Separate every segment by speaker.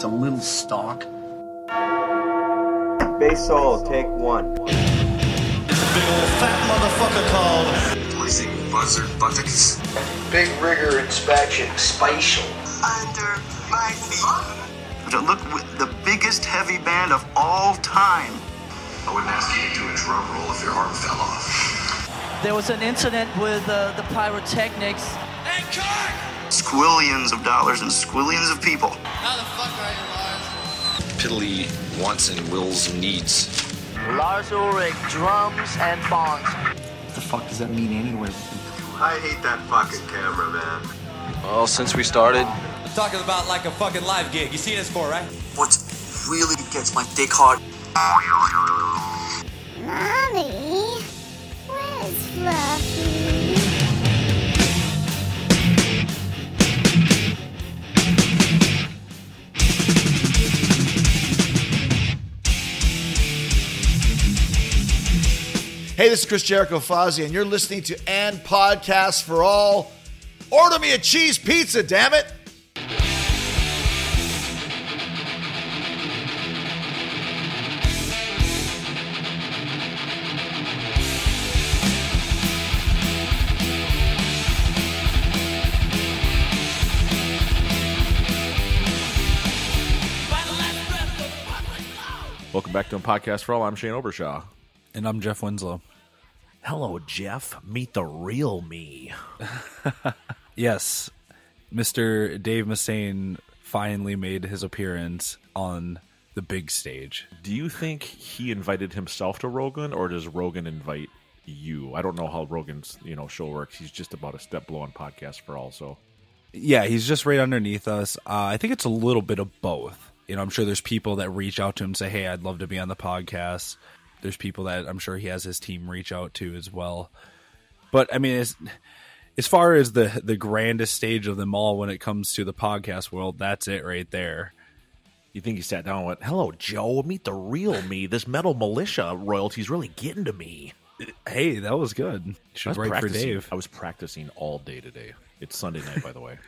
Speaker 1: It's a little stalk.
Speaker 2: Base Soul, take one.
Speaker 3: It's a big old fat motherfucker called.
Speaker 4: What is it? Buzzer buttons?
Speaker 5: Big rigor inspection, spatial.
Speaker 6: Under my feet.
Speaker 7: To look with the biggest heavy band of all time.
Speaker 4: I wouldn't ask you to do a drum roll if your arm fell off.
Speaker 8: There was an incident with uh, the pyrotechnics.
Speaker 9: And cut!
Speaker 7: Squillions of dollars and squillions of people.
Speaker 9: How the fuck are you, Lars?
Speaker 4: Piddly wants and wills and needs.
Speaker 10: Lars Ulrich, drums and bongs.
Speaker 11: What the fuck does that mean anyway?
Speaker 4: I hate that fucking camera, man.
Speaker 12: Well, since we started.
Speaker 3: I'm talking about like a fucking live gig. You see this for, right?
Speaker 13: What really gets my dick hard
Speaker 14: Mommy, where's Fluffy?
Speaker 15: Hey, this is Chris Jericho Fozzie, and you're listening to And Podcast for All. Order me a cheese pizza, damn it!
Speaker 16: Welcome back to a podcast for all. I'm Shane Obershaw,
Speaker 17: and I'm Jeff Winslow.
Speaker 16: Hello, Jeff. Meet the real me.
Speaker 17: yes, Mr. Dave Mustaine finally made his appearance on the big stage.
Speaker 16: Do you think he invited himself to Rogan, or does Rogan invite you? I don't know how Rogan's you know show works. He's just about a step below on podcast for all. So,
Speaker 17: yeah, he's just right underneath us. Uh, I think it's a little bit of both you know, I'm sure there's people that reach out to him and say, "Hey, I'd love to be on the podcast." There's people that I'm sure he has his team reach out to as well. But I mean, as as far as the the grandest stage of them all when it comes to the podcast world, that's it right there.
Speaker 16: You think he sat down and went, "Hello, Joe, meet the real me. This metal militia royalty's really getting to me."
Speaker 17: Hey, that was good. Should write for Dave.
Speaker 16: I was practicing all day today. It's Sunday night, by the way.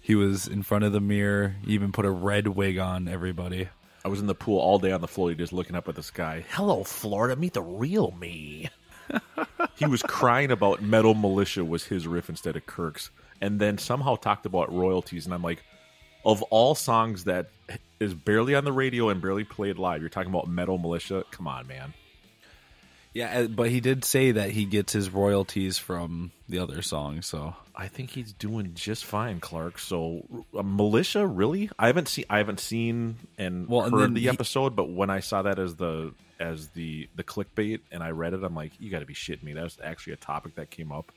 Speaker 17: He was in front of the mirror. He even put a red wig on everybody.
Speaker 16: I was in the pool all day on the floor, just looking up at the sky. Hello, Florida. Meet the real me. he was crying about Metal Militia was his riff instead of Kirk's, and then somehow talked about royalties. And I'm like, of all songs that is barely on the radio and barely played live, you're talking about Metal Militia? Come on, man.
Speaker 17: Yeah, uh, but he did say that he gets his royalties from the other song, so
Speaker 16: I think he's doing just fine, Clark. So uh, militia, really? I haven't seen, I haven't seen and well, heard and the he... episode, but when I saw that as the as the the clickbait and I read it, I'm like, you got to be shitting me. That was actually a topic that came up.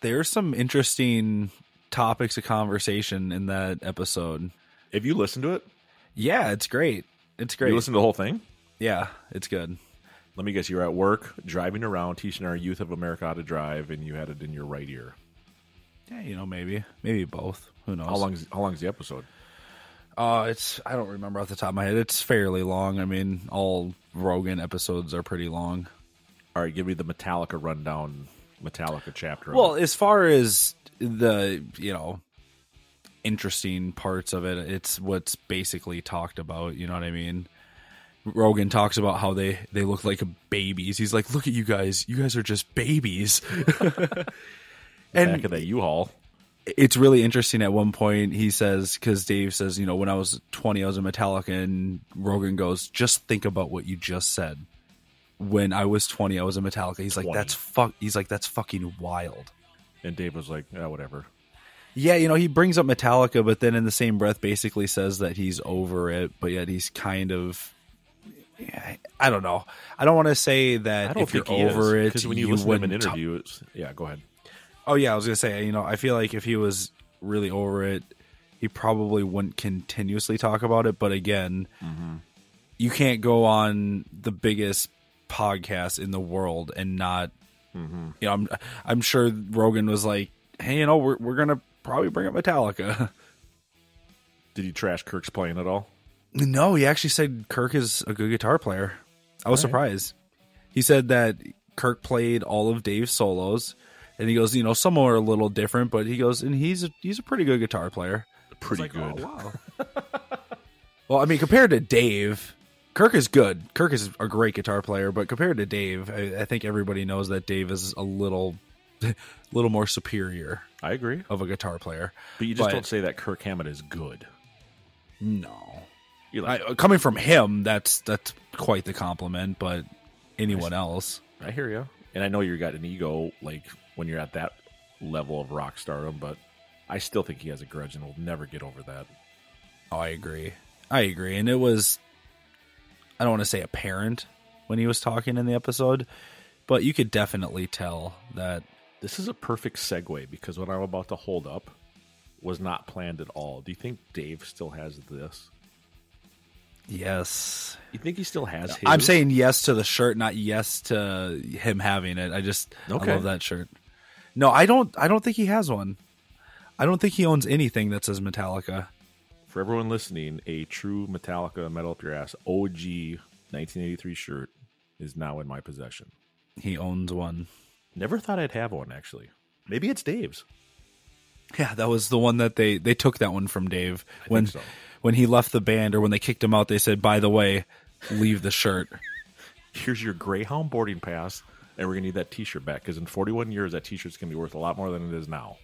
Speaker 17: There's some interesting topics of conversation in that episode.
Speaker 16: If you listen to it,
Speaker 17: yeah, it's great. It's great.
Speaker 16: You listen to the whole thing?
Speaker 17: Yeah, it's good
Speaker 16: let me guess you were at work driving around teaching our youth of america how to drive and you had it in your right ear
Speaker 17: yeah you know maybe maybe both who knows
Speaker 16: how long is, how long is the episode
Speaker 17: uh it's i don't remember off the top of my head it's fairly long i mean all rogan episodes are pretty long
Speaker 16: all right give me the metallica rundown metallica chapter
Speaker 17: well as far as the you know interesting parts of it it's what's basically talked about you know what i mean Rogan talks about how they they look like babies. He's like, look at you guys. You guys are just babies.
Speaker 16: and back of that U-Haul.
Speaker 17: It's really interesting. At one point, he says, because Dave says, you know, when I was 20, I was in Metallica, and Rogan goes, just think about what you just said. When I was 20, I was in Metallica. He's 20. like, that's fuck. He's like, that's fucking wild.
Speaker 16: And Dave was like, yeah, whatever.
Speaker 17: Yeah, you know, he brings up Metallica, but then in the same breath, basically says that he's over it, but yet he's kind of I don't know. I don't want to say that if you're over is, it,
Speaker 16: because when you,
Speaker 17: you
Speaker 16: listen to an interview, t- yeah, go ahead.
Speaker 17: Oh yeah, I was gonna say, you know, I feel like if he was really over it, he probably wouldn't continuously talk about it. But again, mm-hmm. you can't go on the biggest podcast in the world and not, mm-hmm. you know, I'm I'm sure Rogan was like, hey, you know, we're we're gonna probably bring up Metallica.
Speaker 16: Did he trash Kirk's playing at all?
Speaker 17: No, he actually said Kirk is a good guitar player. I was right. surprised. He said that Kirk played all of Dave's solos, and he goes, you know, some are a little different, but he goes, and he's a, he's a pretty good guitar player.
Speaker 16: Pretty like, good.
Speaker 17: Oh, wow. Well, I mean, compared to Dave, Kirk is good. Kirk is a great guitar player, but compared to Dave, I, I think everybody knows that Dave is a little, little more superior.
Speaker 16: I agree
Speaker 17: of a guitar player,
Speaker 16: but you just but, don't say that Kirk Hammett is good.
Speaker 17: No, like, I, coming from him, that's that's quite the compliment. But anyone I, else,
Speaker 16: I hear you, and I know you got an ego like when you're at that level of rock stardom, but I still think he has a grudge and will never get over that.
Speaker 17: Oh, I agree. I agree, and it was I don't want to say apparent when he was talking in the episode, but you could definitely tell that
Speaker 16: this is a perfect segue because what I'm about to hold up was not planned at all. Do you think Dave still has this?
Speaker 17: Yes.
Speaker 16: You think he still has his?
Speaker 17: I'm saying yes to the shirt, not yes to him having it. I just okay. I love that shirt. No, I don't I don't think he has one. I don't think he owns anything that says Metallica.
Speaker 16: For everyone listening, a true Metallica metal up your ass OG 1983 shirt is now in my possession.
Speaker 17: He owns one.
Speaker 16: Never thought I'd have one actually. Maybe it's Dave's.
Speaker 17: Yeah, that was the one that they they took that one from Dave I when so. when he left the band or when they kicked him out. They said, "By the way, leave the shirt.
Speaker 16: Here's your Greyhound boarding pass, and we're gonna need that T-shirt back because in 41 years that T-shirt's gonna be worth a lot more than it is now.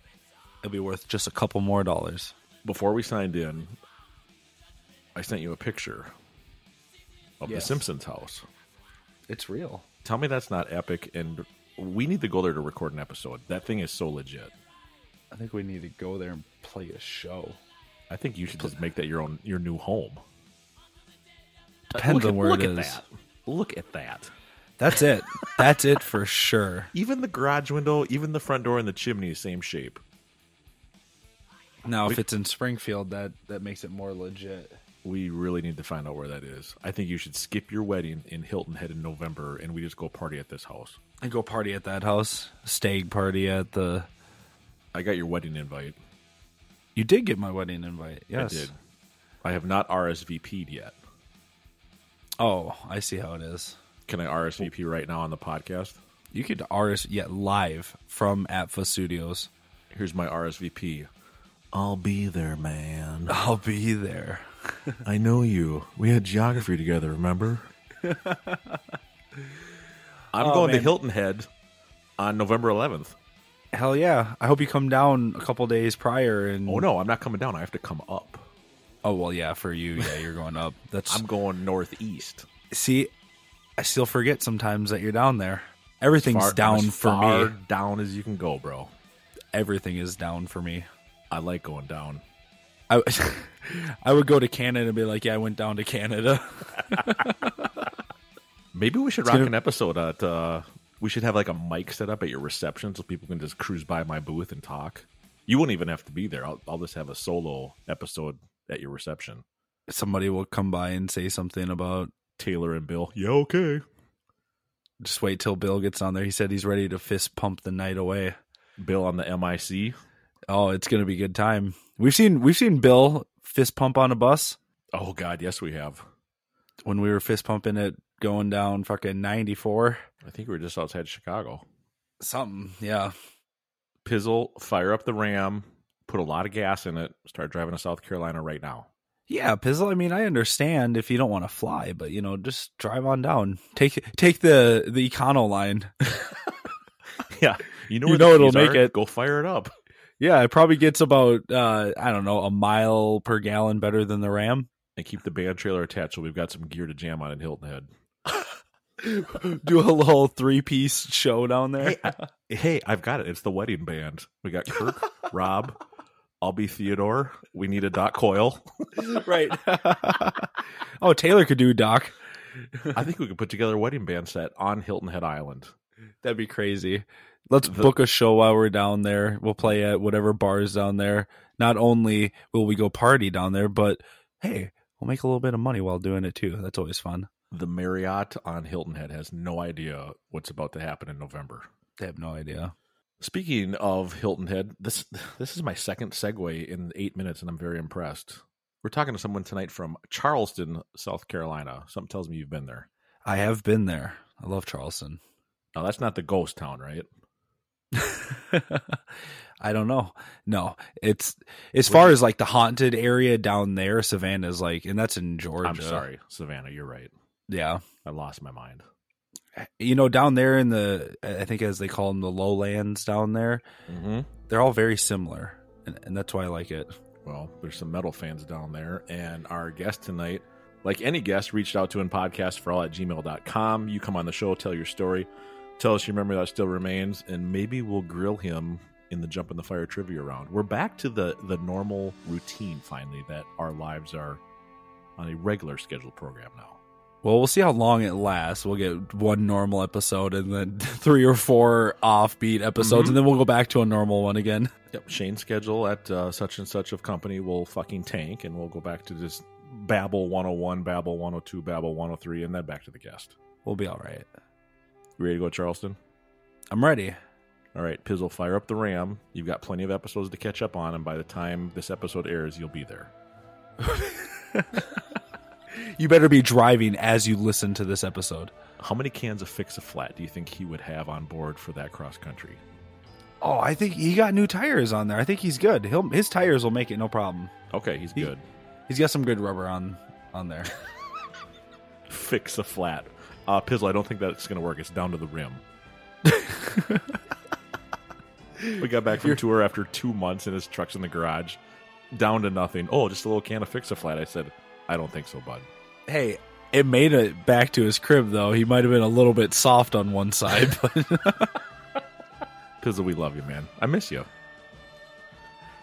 Speaker 17: It'll be worth just a couple more dollars."
Speaker 16: Before we signed in, I sent you a picture of yes. the Simpsons house.
Speaker 17: It's real.
Speaker 16: Tell me that's not epic, and we need to go there to record an episode. That thing is so legit.
Speaker 17: I think we need to go there and play a show.
Speaker 16: I think you should just make that your own your new home.
Speaker 17: Depends look, on where look it is.
Speaker 16: At that. Look at that.
Speaker 17: That's it. That's it for sure.
Speaker 16: Even the garage window, even the front door and the chimney same shape.
Speaker 17: Now we, if it's in Springfield that that makes it more legit.
Speaker 16: We really need to find out where that is. I think you should skip your wedding in Hilton Head in November and we just go party at this house.
Speaker 17: And go party at that house. Stag party at the
Speaker 16: I got your wedding invite.
Speaker 17: You did get my wedding invite. Yes. I did.
Speaker 16: I have not RSVP'd yet.
Speaker 17: Oh, I see how it is.
Speaker 16: Can I RSVP right now on the podcast?
Speaker 17: You could RS yeah, live from Atfa Studios.
Speaker 16: Here's my RSVP. I'll be there, man.
Speaker 17: I'll be there.
Speaker 16: I know you. We had geography together, remember? I'm oh, going man. to Hilton Head on November 11th.
Speaker 17: Hell yeah! I hope you come down a couple days prior. And
Speaker 16: oh no, I'm not coming down. I have to come up.
Speaker 17: Oh well, yeah, for you, yeah, you're going up. That's
Speaker 16: I'm going northeast.
Speaker 17: See, I still forget sometimes that you're down there. Everything's far, down for me.
Speaker 16: Down as you can go, bro.
Speaker 17: Everything is down for me.
Speaker 16: I like going down.
Speaker 17: I, I would go to Canada and be like, yeah, I went down to Canada.
Speaker 16: Maybe we should rock an episode at uh, we should have like a mic set up at your reception so people can just cruise by my booth and talk. You won't even have to be there. I'll, I'll, just have a solo episode at your reception.
Speaker 17: Somebody will come by and say something about
Speaker 16: Taylor and Bill. Yeah, okay.
Speaker 17: Just wait till Bill gets on there. He said he's ready to fist pump the night away.
Speaker 16: Bill on the MIC.
Speaker 17: Oh, it's gonna be good time. We've seen we've seen Bill fist pump on a bus.
Speaker 16: Oh God, yes we have.
Speaker 17: When we were fist pumping it going down fucking 94.
Speaker 16: I think we were just outside Chicago.
Speaker 17: Something, yeah.
Speaker 16: Pizzle, fire up the Ram, put a lot of gas in it, start driving to South Carolina right now.
Speaker 17: Yeah, Pizzle, I mean, I understand if you don't want to fly, but you know, just drive on down. Take take the the Econo line.
Speaker 16: yeah. You know, you know it'll make are. it. Go fire it up.
Speaker 17: Yeah, it probably gets about uh, I don't know, a mile per gallon better than the Ram.
Speaker 16: And keep the band trailer attached so we've got some gear to jam on in Hilton Head.
Speaker 17: do a little three piece show down there.
Speaker 16: Hey, I, hey, I've got it. It's the wedding band. We got Kirk, Rob. I'll be Theodore. We need a Doc Coyle.
Speaker 17: right. oh, Taylor could do Doc.
Speaker 16: I think we could put together a wedding band set on Hilton Head Island.
Speaker 17: That'd be crazy. Let's the, book a show while we're down there. We'll play at whatever bars down there. Not only will we go party down there, but hey, we'll make a little bit of money while doing it too. That's always fun
Speaker 16: the Marriott on Hilton Head has no idea what's about to happen in November.
Speaker 17: They have no idea.
Speaker 16: Speaking of Hilton Head, this this is my second segue in eight minutes, and I'm very impressed. We're talking to someone tonight from Charleston, South Carolina. Something tells me you've been there.
Speaker 17: I have been there. I love Charleston.
Speaker 16: Now that's not the ghost town, right?
Speaker 17: I don't know. No, it's as far as like the haunted area down there. Savannah's like, and that's in Georgia.
Speaker 16: I'm sorry, Savannah. You're right.
Speaker 17: Yeah,
Speaker 16: I lost my mind.
Speaker 17: You know, down there in the, I think as they call them, the lowlands down there, mm-hmm. they're all very similar, and, and that's why I like it.
Speaker 16: Well, there's some metal fans down there, and our guest tonight like any guest reached out to in podcast for all at gmail.com you come on the show tell your story tell us your memory that still remains and maybe we'll grill him in the jump in the fire trivia round we're back to the the normal routine finally that our lives are on a regular scheduled program now
Speaker 17: well we'll see how long it lasts we'll get one normal episode and then three or four offbeat episodes mm-hmm. and then we'll go back to a normal one again
Speaker 16: yep shane's schedule at uh, such and such of company will fucking tank and we'll go back to just Babel 101, Babel 102, Babel 103, and then back to the guest.
Speaker 17: We'll be all right.
Speaker 16: You ready to go, Charleston?
Speaker 17: I'm ready.
Speaker 16: All right, Pizzle, fire up the RAM. You've got plenty of episodes to catch up on, and by the time this episode airs, you'll be there.
Speaker 17: you better be driving as you listen to this episode.
Speaker 16: How many cans of Fix a Flat do you think he would have on board for that cross country?
Speaker 17: Oh, I think he got new tires on there. I think he's good. He'll his tires will make it no problem.
Speaker 16: Okay, he's he, good.
Speaker 17: He's got some good rubber on on there.
Speaker 16: Fix a flat. Uh, Pizzle, I don't think that's going to work. It's down to the rim. we got back from tour after two months and his truck's in the garage. Down to nothing. Oh, just a little can of Fix a Flat. I said, I don't think so, bud.
Speaker 17: Hey, it made it back to his crib, though. He might have been a little bit soft on one side. But
Speaker 16: Pizzle, we love you, man. I miss you.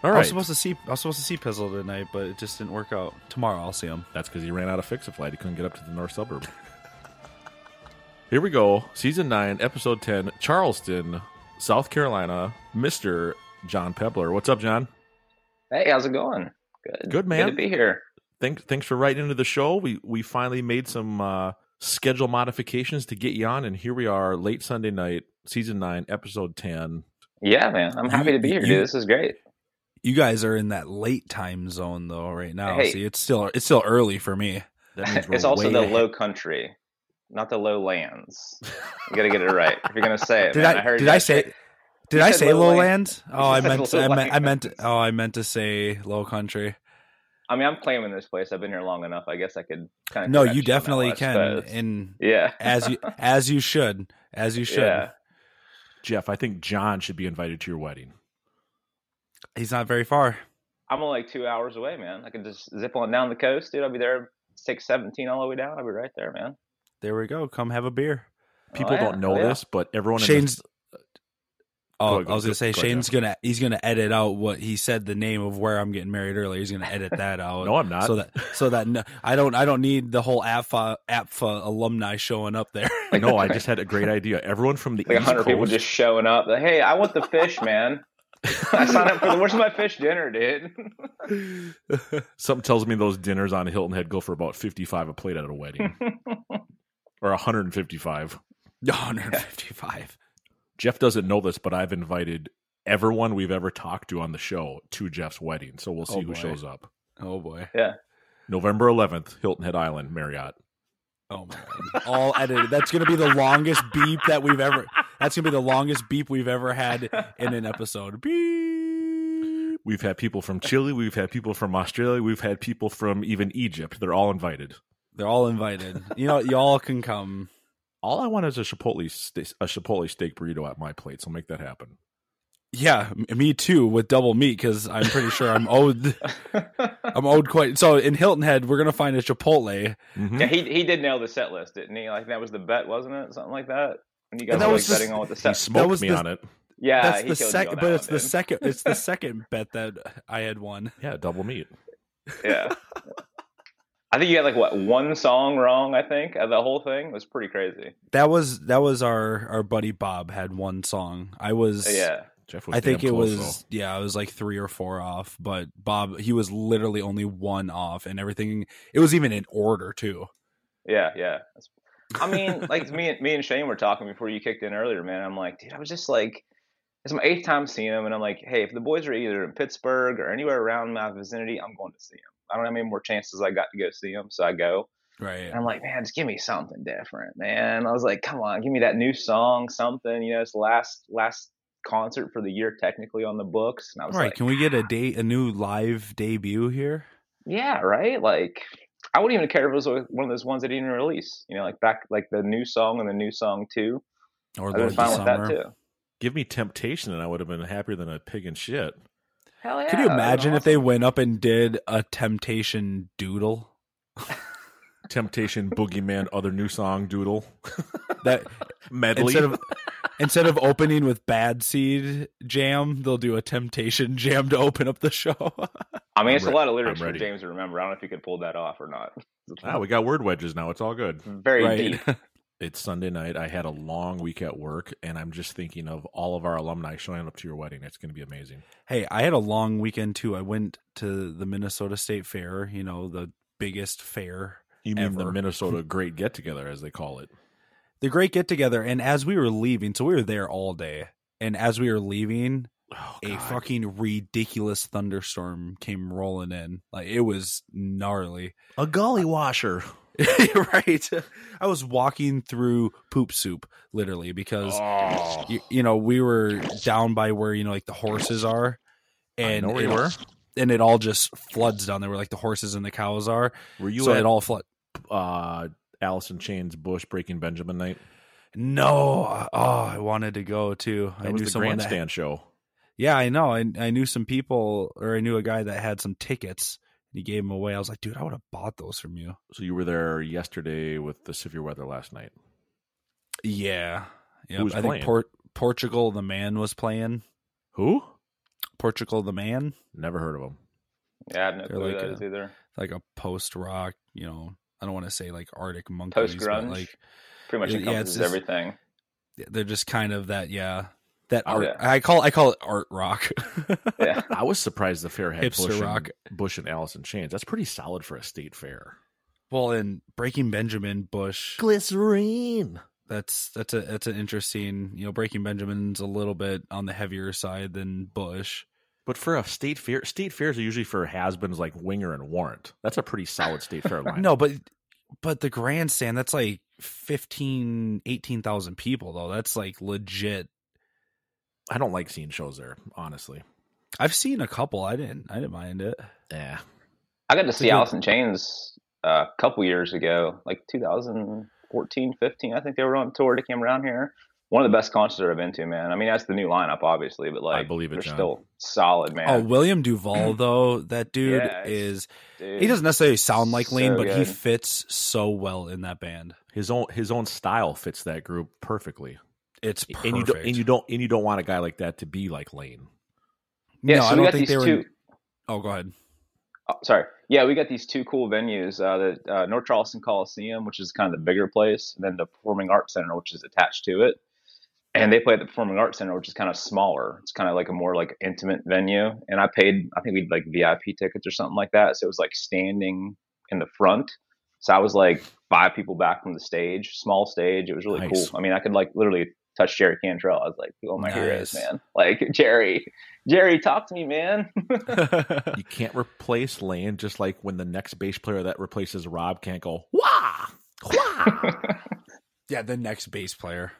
Speaker 17: All right. I was supposed to see I was supposed to see Pizzle tonight, but it just didn't work out. Tomorrow I'll see him.
Speaker 16: That's because he ran out of fix a flight. He couldn't get up to the north suburb. Here we go. Season nine, episode ten, Charleston, South Carolina, Mr. John Pepler. What's up, John?
Speaker 1: Hey, how's it going? Good.
Speaker 16: Good man.
Speaker 1: Good to be here.
Speaker 16: Thanks thanks for writing into the show. We we finally made some uh schedule modifications to get you on, and here we are late Sunday night, season nine, episode ten.
Speaker 1: Yeah, man. I'm happy to be here, dude. This is great
Speaker 17: you guys are in that late time zone though right now hey, see it's still it's still early for me
Speaker 1: it's also the ahead. low country not the low lands you gotta get it right if you're gonna say it
Speaker 17: did
Speaker 1: man.
Speaker 17: i, I did i say, say did i say low land oh i meant I meant, I meant oh i meant to say low country
Speaker 1: i mean i'm claiming this place i've been here long enough i guess i could kind of
Speaker 17: no you definitely can and
Speaker 1: yeah
Speaker 17: as you as you should as you should yeah.
Speaker 16: jeff i think john should be invited to your wedding
Speaker 1: Oh,
Speaker 17: He's not very far.
Speaker 1: I'm only like two hours away, man. I can just zip on down the coast, dude. I'll be there six seventeen all the way down. I'll be right there, man.
Speaker 17: There we go. Come have a beer.
Speaker 16: People oh, yeah. don't know oh, yeah. this, but everyone
Speaker 17: Shane's. This... Oh, go, I was go, gonna say go, Shane's gonna he's gonna edit out what he said the name of where I'm getting married earlier. He's gonna edit that out.
Speaker 16: no, I'm not.
Speaker 17: So that so that no, I don't I don't need the whole APFA APFA alumni showing up there.
Speaker 16: no, I just had a great idea. Everyone from the
Speaker 1: like
Speaker 16: hundred
Speaker 1: people just showing up. Like, hey, I want the fish, man. I signed up for the where's my fish dinner, dude.
Speaker 16: Something tells me those dinners on Hilton Head go for about fifty five a plate at a wedding, or one hundred and fifty five.
Speaker 17: One hundred and fifty five.
Speaker 16: Jeff doesn't know this, but I've invited everyone we've ever talked to on the show to Jeff's wedding, so we'll see oh who shows up.
Speaker 17: Oh boy!
Speaker 1: Yeah,
Speaker 16: November eleventh, Hilton Head Island Marriott.
Speaker 17: Oh my god! All edited. That's gonna be the longest beep that we've ever. That's gonna be the longest beep we've ever had in an episode. Beep.
Speaker 16: We've had people from Chile. We've had people from Australia. We've had people from even Egypt. They're all invited.
Speaker 17: They're all invited. You know, y'all can come.
Speaker 16: All I want is a chipotle st- a chipotle steak burrito at my plate. So make that happen.
Speaker 17: Yeah, me too with double meat because I'm pretty sure I'm owed. I'm owed quite. So in Hilton Head, we're gonna find a Chipotle.
Speaker 1: Mm-hmm. Yeah, he he did nail the set list, didn't he? Like that was the bet, wasn't it? Something like that. And you guys and that were was like, betting on what the set.
Speaker 16: He smoked me the, on it.
Speaker 1: Yeah,
Speaker 17: that's
Speaker 1: the
Speaker 17: second. But one, it's dude. the second. It's the second bet that I had won.
Speaker 16: Yeah, double meat.
Speaker 1: Yeah. I think you got like what one song wrong. I think the whole thing was pretty crazy.
Speaker 17: That was that was our our buddy Bob had one song. I was
Speaker 1: yeah.
Speaker 17: I think it close, was though. yeah, it was like three or four off, but Bob he was literally only one off, and everything it was even in order too.
Speaker 1: Yeah, yeah. I mean, like me and me and Shane were talking before you kicked in earlier, man. I'm like, dude, I was just like, it's my eighth time seeing him, and I'm like, hey, if the boys are either in Pittsburgh or anywhere around my vicinity, I'm going to see him. I don't have any more chances I got to go see him, so I go.
Speaker 17: Right.
Speaker 1: And I'm like, man, just give me something different, man. I was like, come on, give me that new song, something. You know, it's last last concert for the year technically on the books. And I was
Speaker 17: All right,
Speaker 1: like,
Speaker 17: can we get a day a new live debut here?
Speaker 1: Yeah, right. Like I wouldn't even care if it was one of those ones that didn't release. You know, like back like the new song and the new song too.
Speaker 17: Or Lord fine with that too.
Speaker 16: Give me temptation, and I would have been happier than a pig in shit.
Speaker 1: Hell yeah!
Speaker 17: Could you imagine if they went up and did a temptation doodle?
Speaker 16: Temptation, Boogeyman, other new song, Doodle.
Speaker 17: That
Speaker 16: medley.
Speaker 17: Instead of, instead of opening with Bad Seed Jam, they'll do a Temptation Jam to open up the show.
Speaker 1: I mean, it's re- a lot of lyrics for James to remember. I don't know if you could pull that off or not.
Speaker 16: Ah, we got word wedges now. It's all good.
Speaker 1: Very right. deep.
Speaker 16: It's Sunday night. I had a long week at work, and I'm just thinking of all of our alumni showing up to your wedding. It's going to be amazing.
Speaker 17: Hey, I had a long weekend too. I went to the Minnesota State Fair, you know, the biggest fair
Speaker 16: you mean
Speaker 17: ever.
Speaker 16: the Minnesota Great Get Together, as they call it?
Speaker 17: The Great Get Together. And as we were leaving, so we were there all day. And as we were leaving, oh, a fucking ridiculous thunderstorm came rolling in. Like it was gnarly.
Speaker 16: A gully washer.
Speaker 17: right. I was walking through poop soup literally because oh. you, you, know we were down by where you know like the horses are, and
Speaker 16: we were,
Speaker 17: and it all just floods down there where like the horses and the cows are.
Speaker 16: Were you?
Speaker 17: So
Speaker 16: at-
Speaker 17: it all flood
Speaker 16: uh Allison Chains Bush Breaking Benjamin night?
Speaker 17: No. Oh, I wanted to go too.
Speaker 16: That
Speaker 17: I
Speaker 16: was
Speaker 17: knew
Speaker 16: the
Speaker 17: someone
Speaker 16: grandstand
Speaker 17: had,
Speaker 16: show.
Speaker 17: Yeah, I know. I I knew some people or I knew a guy that had some tickets. He gave them away. I was like, dude, I would have bought those from you.
Speaker 16: So you were there yesterday with the severe weather last night.
Speaker 17: Yeah. Yeah.
Speaker 16: Who was
Speaker 17: I
Speaker 16: playing?
Speaker 17: think Port, Portugal the man was playing.
Speaker 16: Who?
Speaker 17: Portugal the man.
Speaker 16: Never heard of him.
Speaker 1: Yeah, I've no
Speaker 17: They're
Speaker 1: clue
Speaker 17: like
Speaker 1: that
Speaker 17: a-
Speaker 1: is either.
Speaker 17: Like a post rock, you know, I don't want to say like Arctic monkeys,
Speaker 1: Post
Speaker 17: but
Speaker 1: grunge,
Speaker 17: like
Speaker 1: pretty much
Speaker 17: yeah, it's
Speaker 1: encompasses
Speaker 17: just-
Speaker 1: everything.
Speaker 17: they're just kind of that, yeah. That
Speaker 1: Oh,
Speaker 17: art,
Speaker 1: yeah.
Speaker 17: I call I call it art rock.
Speaker 1: Yeah,
Speaker 16: I was surprised the fair had
Speaker 17: Hipster
Speaker 16: Bush
Speaker 17: rock.
Speaker 16: and, Bush and Allison Chains. That's pretty solid for a state fair.
Speaker 17: Well, in Breaking Benjamin Bush,
Speaker 16: Glycerine.
Speaker 17: that's that's a that's an interesting. You know, Breaking Benjamin's a little bit on the heavier side than Bush.
Speaker 16: But for a state fair, state fairs are usually for has-beens like Winger and Warrant. That's a pretty solid state fair line.
Speaker 17: No, but but the grandstand that's like 15 18,000 people though. That's like legit.
Speaker 16: I don't like seeing shows there, honestly.
Speaker 17: I've seen a couple. I didn't I didn't mind it.
Speaker 16: Yeah.
Speaker 1: I got to see
Speaker 17: good-
Speaker 1: Allison Chains uh, a couple years ago, like 2014, 15. I think they were on tour. They came around here. One of the best concerts I've been to, man. I mean, that's the new lineup, obviously, but like,
Speaker 16: believe it,
Speaker 1: they're
Speaker 16: John.
Speaker 1: still solid, man.
Speaker 17: Oh, William Duvall though, that dude
Speaker 1: Yeah, it's-
Speaker 17: is
Speaker 1: Dude.
Speaker 17: he doesn't necessarily sound like Lane,
Speaker 1: so
Speaker 17: but he
Speaker 1: good.
Speaker 17: fits so well in that band.
Speaker 16: His own his own style fits that group perfectly.
Speaker 17: It's perfect.
Speaker 16: And you don't and you don't and you don't want a guy like that to be like Lane.
Speaker 1: Yeah,
Speaker 17: no,
Speaker 1: so
Speaker 17: I
Speaker 1: we
Speaker 17: don't
Speaker 1: got
Speaker 17: think
Speaker 1: these
Speaker 17: they were
Speaker 1: two.
Speaker 17: Oh, go ahead.
Speaker 1: oh, sorry. Yeah, we got these two cool venues uh, the uh, North Charleston Coliseum, which is kind of the bigger place, and then the Performing Arts Center, which is attached to it. And they play at the Performing Arts Center, which is kind of smaller. It's kind of like a more like intimate venue. And I paid, I think we would like VIP tickets or something like that. So it was like standing in the front. So I was like five people back from the stage, small stage. It was really
Speaker 16: Nice.
Speaker 1: cool. I mean, I could like literally touch Jerry Cantrell. I was like, oh my heroes,
Speaker 17: Nice.
Speaker 1: man. Like Jerry, Jerry, talk to me, man.
Speaker 16: You can't replace Lane just like when the next bass player that replaces Rob can't go, Wah! Wah!
Speaker 17: Yeah, the next bass player.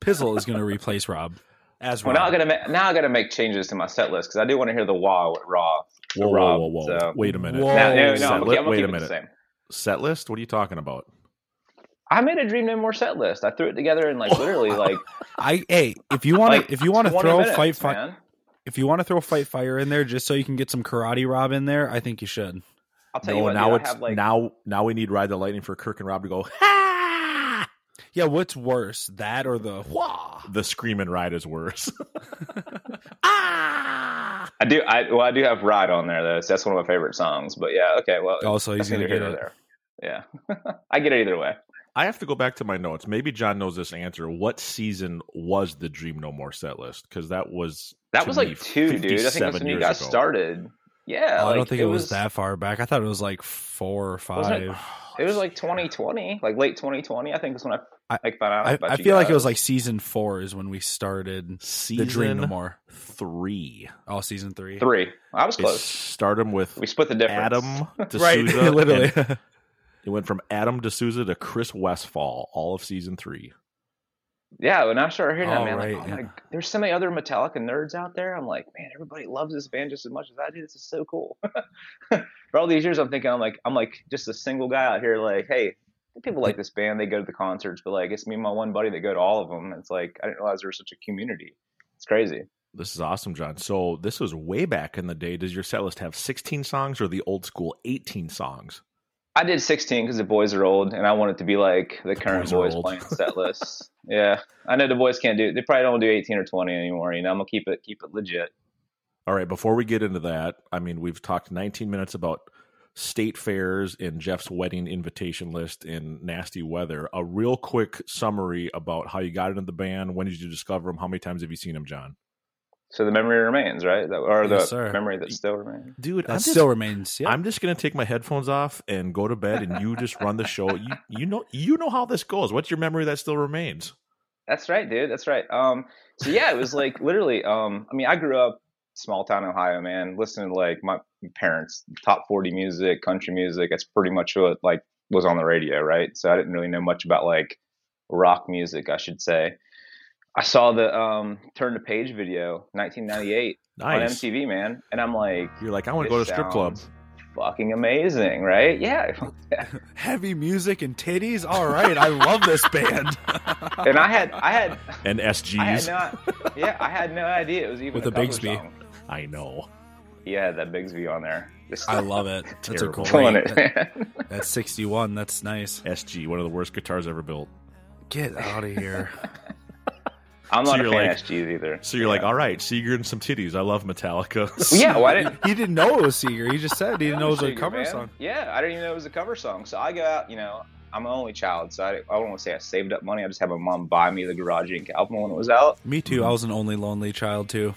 Speaker 17: Pizzle is going to replace Rob as
Speaker 1: Well,
Speaker 17: Rob.
Speaker 1: now I gotta ma- now I gotta make changes to my set list because I do want to hear the wah with raw. the
Speaker 16: Whoa, whoa,
Speaker 1: Rob,
Speaker 16: whoa, whoa.
Speaker 1: so-
Speaker 16: Wait a minute.
Speaker 17: Whoa.
Speaker 1: Now, no, no,
Speaker 16: Set
Speaker 1: I'm,
Speaker 16: li-
Speaker 1: I'm gonna
Speaker 16: wait
Speaker 1: keep
Speaker 16: a
Speaker 1: it the
Speaker 16: minute.
Speaker 1: same.
Speaker 16: Set list? What are you talking about?
Speaker 1: I made a dream no more set list. I threw it together in like literally like
Speaker 17: I hey, if you want to
Speaker 1: like
Speaker 17: if you want to
Speaker 1: 20
Speaker 17: throw
Speaker 1: minutes,
Speaker 17: fight fi-
Speaker 1: man.
Speaker 17: if you want to throw fight fire in there just so you can get some karate Rob in there, I think you should.
Speaker 1: I'll tell
Speaker 16: No,
Speaker 1: you what.
Speaker 16: now
Speaker 1: dude, I
Speaker 16: it's
Speaker 1: have, like,
Speaker 16: now now we need Ride the Lightning for Kirk and Rob to go, ha!
Speaker 17: Yeah, what's worse, that or the wah?
Speaker 16: The scream and ride is worse. ah!
Speaker 1: I do. I well, I do have ride on there though. So that's one of my favorite songs. But yeah, okay. Well,
Speaker 17: Oh, so he's
Speaker 1: that's
Speaker 17: gonna
Speaker 1: neither
Speaker 17: get
Speaker 1: here
Speaker 17: it.
Speaker 1: nor there. Yeah, I get it either way.
Speaker 16: I have to go back to my notes. Maybe John knows this answer. What season was the Dream No More set list? Because that was
Speaker 1: That
Speaker 16: to
Speaker 1: was
Speaker 16: me,
Speaker 1: like two, dude. I think
Speaker 16: 57
Speaker 1: that's when you
Speaker 16: years
Speaker 1: guys
Speaker 16: ago.
Speaker 1: started. Yeah,
Speaker 17: Oh, I
Speaker 1: like,
Speaker 17: don't think it, was, that far back. I thought it was like four or
Speaker 1: Wasn't
Speaker 17: five.
Speaker 1: it- It was like 2020, like late 2020. I think is when I
Speaker 17: I-
Speaker 1: like found out.
Speaker 17: I,
Speaker 1: about
Speaker 17: I
Speaker 1: you
Speaker 17: feel like it
Speaker 1: guys.
Speaker 17: was like season four is when we started
Speaker 16: Season
Speaker 17: the dream no more.
Speaker 16: three.
Speaker 17: Oh, season three.
Speaker 1: three. I was
Speaker 16: It
Speaker 1: close.
Speaker 16: started with
Speaker 1: We split the difference.
Speaker 16: Adam D'Souza.
Speaker 17: Right,
Speaker 16: and
Speaker 17: literally.
Speaker 16: It went from Adam D'Souza to Chris Westfall, all of season three.
Speaker 1: Yeah, when I started hearing oh, that, man, right, like, oh yeah. my, there's so many other Metallica nerds out there. I'm like, man, everybody loves this band just as much as I do. This is so cool. For all these years, I'm thinking, I'm like, I'm like just a single guy out here. Like, hey, people like this band. They go to the concerts, but like, it's me and my one buddy. They go to all of them. It's like I didn't realize there was such a community. It's crazy.
Speaker 16: This is awesome, John. So this was way back in the day. Does your set list have 16 songs or the old school 18 songs?
Speaker 1: I did 16 because the boys are old, and I want it to be like the, the current boys, boys playing set list. yeah, I know the boys can't do. They probably don't do 18 or 20 anymore. You know, I'm gonna keep it keep it legit.
Speaker 16: All right. Before we get into that, I mean, we've talked 19 minutes about state fairs and Jeff's wedding invitation list and nasty weather. A real quick summary about how you got into the band. When did you discover him? How many times have you seen him, John?
Speaker 1: So the memory remains, right? or the yes, memory that still remains.
Speaker 16: Dude,
Speaker 17: that I'm still just, remains. Yeah.
Speaker 16: I'm just gonna take my headphones off and go to bed, and you just run the show. You you know you know how this goes. What's your memory that still remains?
Speaker 1: That's right, dude. That's right. Um, so yeah, it was like literally. Um, I mean, I grew up small town Ohio, man. Listening to like my parents' top forty music, country music. That's pretty much what like was on the radio, right? So I didn't really know much about like rock music, I should say. I saw the um, Turn the Page video, 1998, nice. on MTV, man. And I'm like,
Speaker 16: you're like, I want to go to strip club.
Speaker 1: Fucking amazing, right? Yeah.
Speaker 17: Heavy music and titties. All right, I love this band.
Speaker 1: and I had, I had,
Speaker 16: and SGs. I
Speaker 1: had not, yeah, I had no idea it was even
Speaker 17: with a, a Bigsby. Song.
Speaker 16: I know.
Speaker 1: Yeah, that Bigsby on there.
Speaker 17: I love it. That's terrible. a cool. It, that, that's 61. That's nice.
Speaker 16: SG, one of the worst guitars ever built.
Speaker 17: Get out of here.
Speaker 1: I'm not so a fan like, SGs either.
Speaker 16: So you're yeah. like, all right, Seeger and some titties. I love Metallica.
Speaker 1: Well, yeah, why didn't
Speaker 17: he didn't know it was Seeger? He just said he didn't know it was Seeger, a cover man. song.
Speaker 1: Yeah, I didn't even know it was a cover song. So I go out, you know, I'm an only child, so I, I don't want to say I saved up money. I just had my mom buy me the Garage Inc. album when it was out.
Speaker 17: Me too. I was an only lonely child too.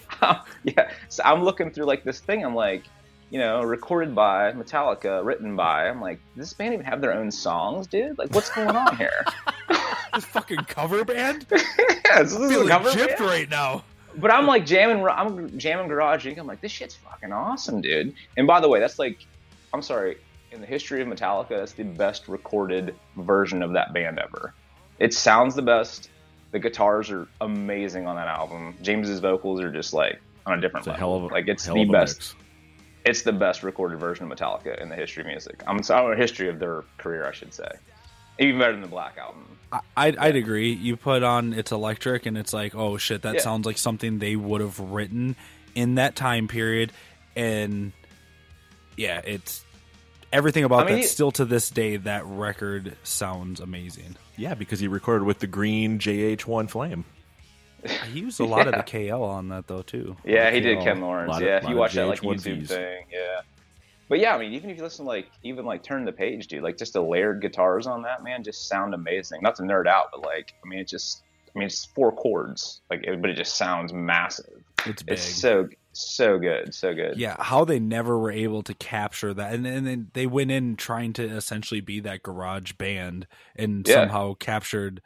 Speaker 1: yeah, so I'm looking through like this thing. I'm like, you know, recorded by Metallica, written by. I'm like, does this band even have their own songs, dude? Like, what's going on here?
Speaker 17: this fucking cover band?
Speaker 1: yeah, this is
Speaker 17: a
Speaker 1: cover
Speaker 17: gypped band? right now.
Speaker 1: But I'm like jamming, I'm jamming Garage Inc. I'm like, this shit's fucking awesome, dude. And by the way, that's like, I'm sorry, in the history of Metallica, that's the best recorded version of that band ever. It sounds the best. The guitars are amazing on that album. James's vocals are just like on a different
Speaker 16: it's
Speaker 1: level.
Speaker 16: A hell of a,
Speaker 1: like it's
Speaker 16: hell
Speaker 1: the
Speaker 16: of
Speaker 1: best. Mix it's the best recorded version of Metallica in the history of music. I'm sorry, history of their career, I should say. Even better than the Black album.
Speaker 17: I, would I'd agree. You put on it's electric, and it's like, oh shit, that yeah. sounds like something they would have written in that time period, and yeah, it's everything about I mean, that. Still to this day, that record sounds amazing.
Speaker 16: Yeah, because he recorded with the green JH1 Flame.
Speaker 17: He used a lot yeah. of the KL on that though too.
Speaker 1: Yeah,
Speaker 17: the
Speaker 1: he KL. did Ken Lawrence. Of, yeah, if you watch that like YouTube thing, yeah. But yeah, I mean, even if you listen like even like turn the page, dude, like just the layered guitars on that man just sound amazing. Not to nerd out, but like I mean, it just I mean it's four chords, like it, but it just sounds massive.
Speaker 17: It's big.
Speaker 1: It's so so good, so good.
Speaker 17: Yeah, how they never were able to capture that, and and then they went in trying to essentially be that garage band, and yeah. somehow captured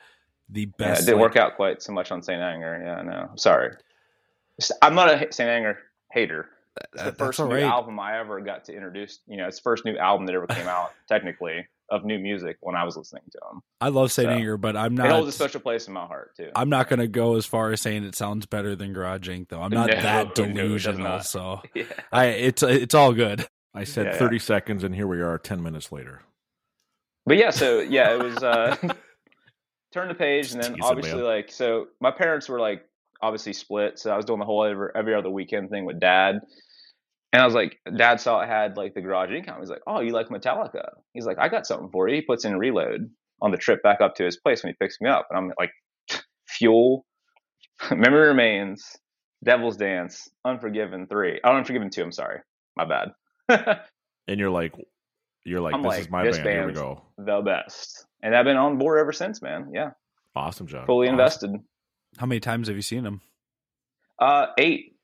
Speaker 17: the best.
Speaker 1: Yeah, it didn't like, work out quite so much on St. Anger. Yeah, no, sorry. I'm not a St. Anger hater. It's the first new right. album I ever got to introduce. You know, it's first new album that ever came out, technically, of new music when I was listening to them.
Speaker 17: I love St. So, Anger, but I'm not.
Speaker 1: It holds a special place in my heart too.
Speaker 17: I'm not going to go as far as saying it sounds better than Garage Inc. Though I'm not no, that delusional. No, so yeah. I, it's it's all good.
Speaker 16: I said yeah, 30 seconds, and here we are, 10 minutes later.
Speaker 1: But yeah, so yeah, it was. Uh, turn the page and then Jeez, obviously man. like so my parents were like obviously split so i was doing the whole every, every other weekend thing with dad and i was like dad saw it had like the garage income he's like oh you like metallica he's like i got something for you he puts in reload on the trip back up to his place when he picks me up and i'm like fuel memory remains devil's dance unforgiven three oh unforgiven two i'm sorry my bad
Speaker 16: and you're like you're like, I'm this like, is my this band. Here we go.
Speaker 1: The best. And I've been on board ever since, man. Yeah.
Speaker 16: Awesome, John.
Speaker 1: Fully
Speaker 16: awesome.
Speaker 1: invested.
Speaker 17: How many times have you seen them?
Speaker 1: Uh, eight.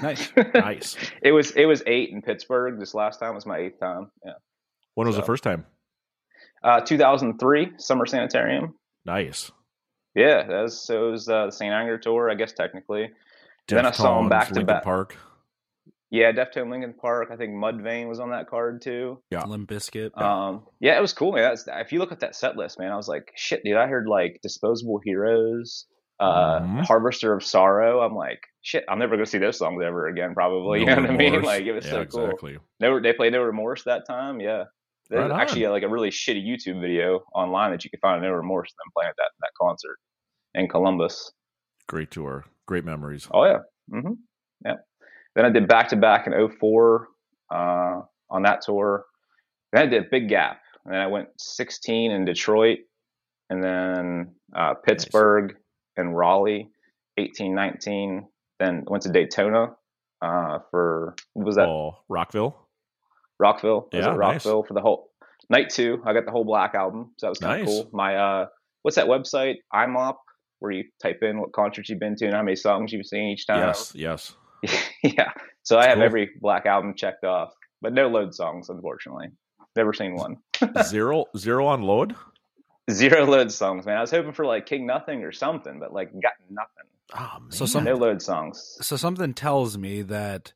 Speaker 17: nice.
Speaker 16: nice.
Speaker 1: It was it was eight in Pittsburgh. This last time was my eighth time. Yeah.
Speaker 16: When was so, the first time?
Speaker 1: Uh, 2003 Summer Sanitarium.
Speaker 16: Nice.
Speaker 1: Yeah, that was, so it was uh, the St. Anger tour, I guess technically. Def then I saw him back to back.
Speaker 16: Park.
Speaker 1: Yeah, Deftone Lincoln Park. I think Mudvayne was on that card too.
Speaker 17: Yeah, Limp Bizkit.
Speaker 1: Um, yeah, it was cool, man. Was, if you look at that set list, man, I was like, shit, dude. I heard like Disposable Heroes, uh, mm-hmm. Harvester of Sorrow. I'm like, shit, I'm never gonna see those songs ever again. Probably, no you know remorse. what I mean? Like, it was yeah, so exactly. cool. No, they played No Remorse that time. Yeah, there's right actually like a really shitty YouTube video online that you can find No Remorse them playing at that that concert in Columbus.
Speaker 16: Great tour, great memories.
Speaker 1: Oh yeah, mm-hmm. yeah. Then I did back to back in 04 uh, on that tour. Then I did Big Gap, and then I went 16 in Detroit, and then uh, Pittsburgh nice. and Raleigh, 18, 19. Then went to Daytona uh, for what was that?
Speaker 16: Oh, Rockville.
Speaker 1: Rockville. Was yeah, Rockville nice. for the whole night two. I got the whole Black album, so that was kind of nice. cool. My uh, what's that website? IMOP, where you type in what concerts you've been to and how many songs you've seen each time.
Speaker 16: Yes, yes.
Speaker 1: yeah. So I have cool. every Black album checked off, but no load songs, unfortunately. Never seen one.
Speaker 16: zero, zero on load.
Speaker 1: Zero load songs, man. I was hoping for like King Nothing or something, but like got nothing.
Speaker 16: Oh, man.
Speaker 1: So some, no load songs.
Speaker 17: So something tells me that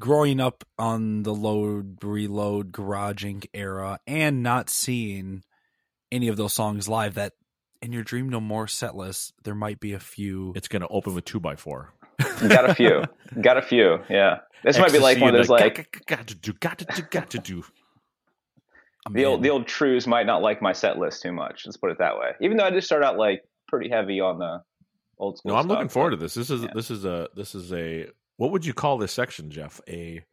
Speaker 17: growing up on the load, reload, garaging era, and not seeing any of those songs live, that in your Dream No More set list, there might be a few.
Speaker 16: It's going to open with two by four.
Speaker 1: got a few. Got a few. Yeah. This Ecstasy might be like one of those like
Speaker 16: got, got to do, got to do, got to do.
Speaker 1: the man. old the old trues might not like my set list too much. Let's put it that way. Even though I did start out like pretty heavy on the old school.
Speaker 16: No, I'm
Speaker 1: stuff,
Speaker 16: looking forward but, to this. This is yeah. this is a this is a what would you call this section, Jeff? A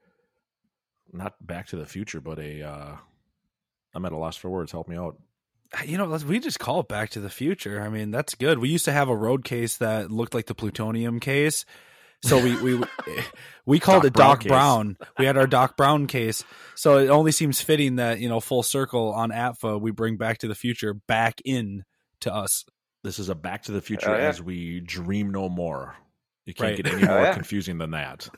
Speaker 16: not Back to the Future, but a uh, I'm at a loss for words. Help me out
Speaker 17: you know, we just call it Back to the Future. I mean, that's good. We used to have a road case that looked like the plutonium case, so we we we called Doc it Brown Doc case. Brown. We had our Doc Brown case, so it only seems fitting that you know, full circle on APFA, we bring Back to the Future back in to us.
Speaker 16: This is a Back to the Future oh, yeah. as we dream no more. You can't right. get any more oh, yeah. confusing than that.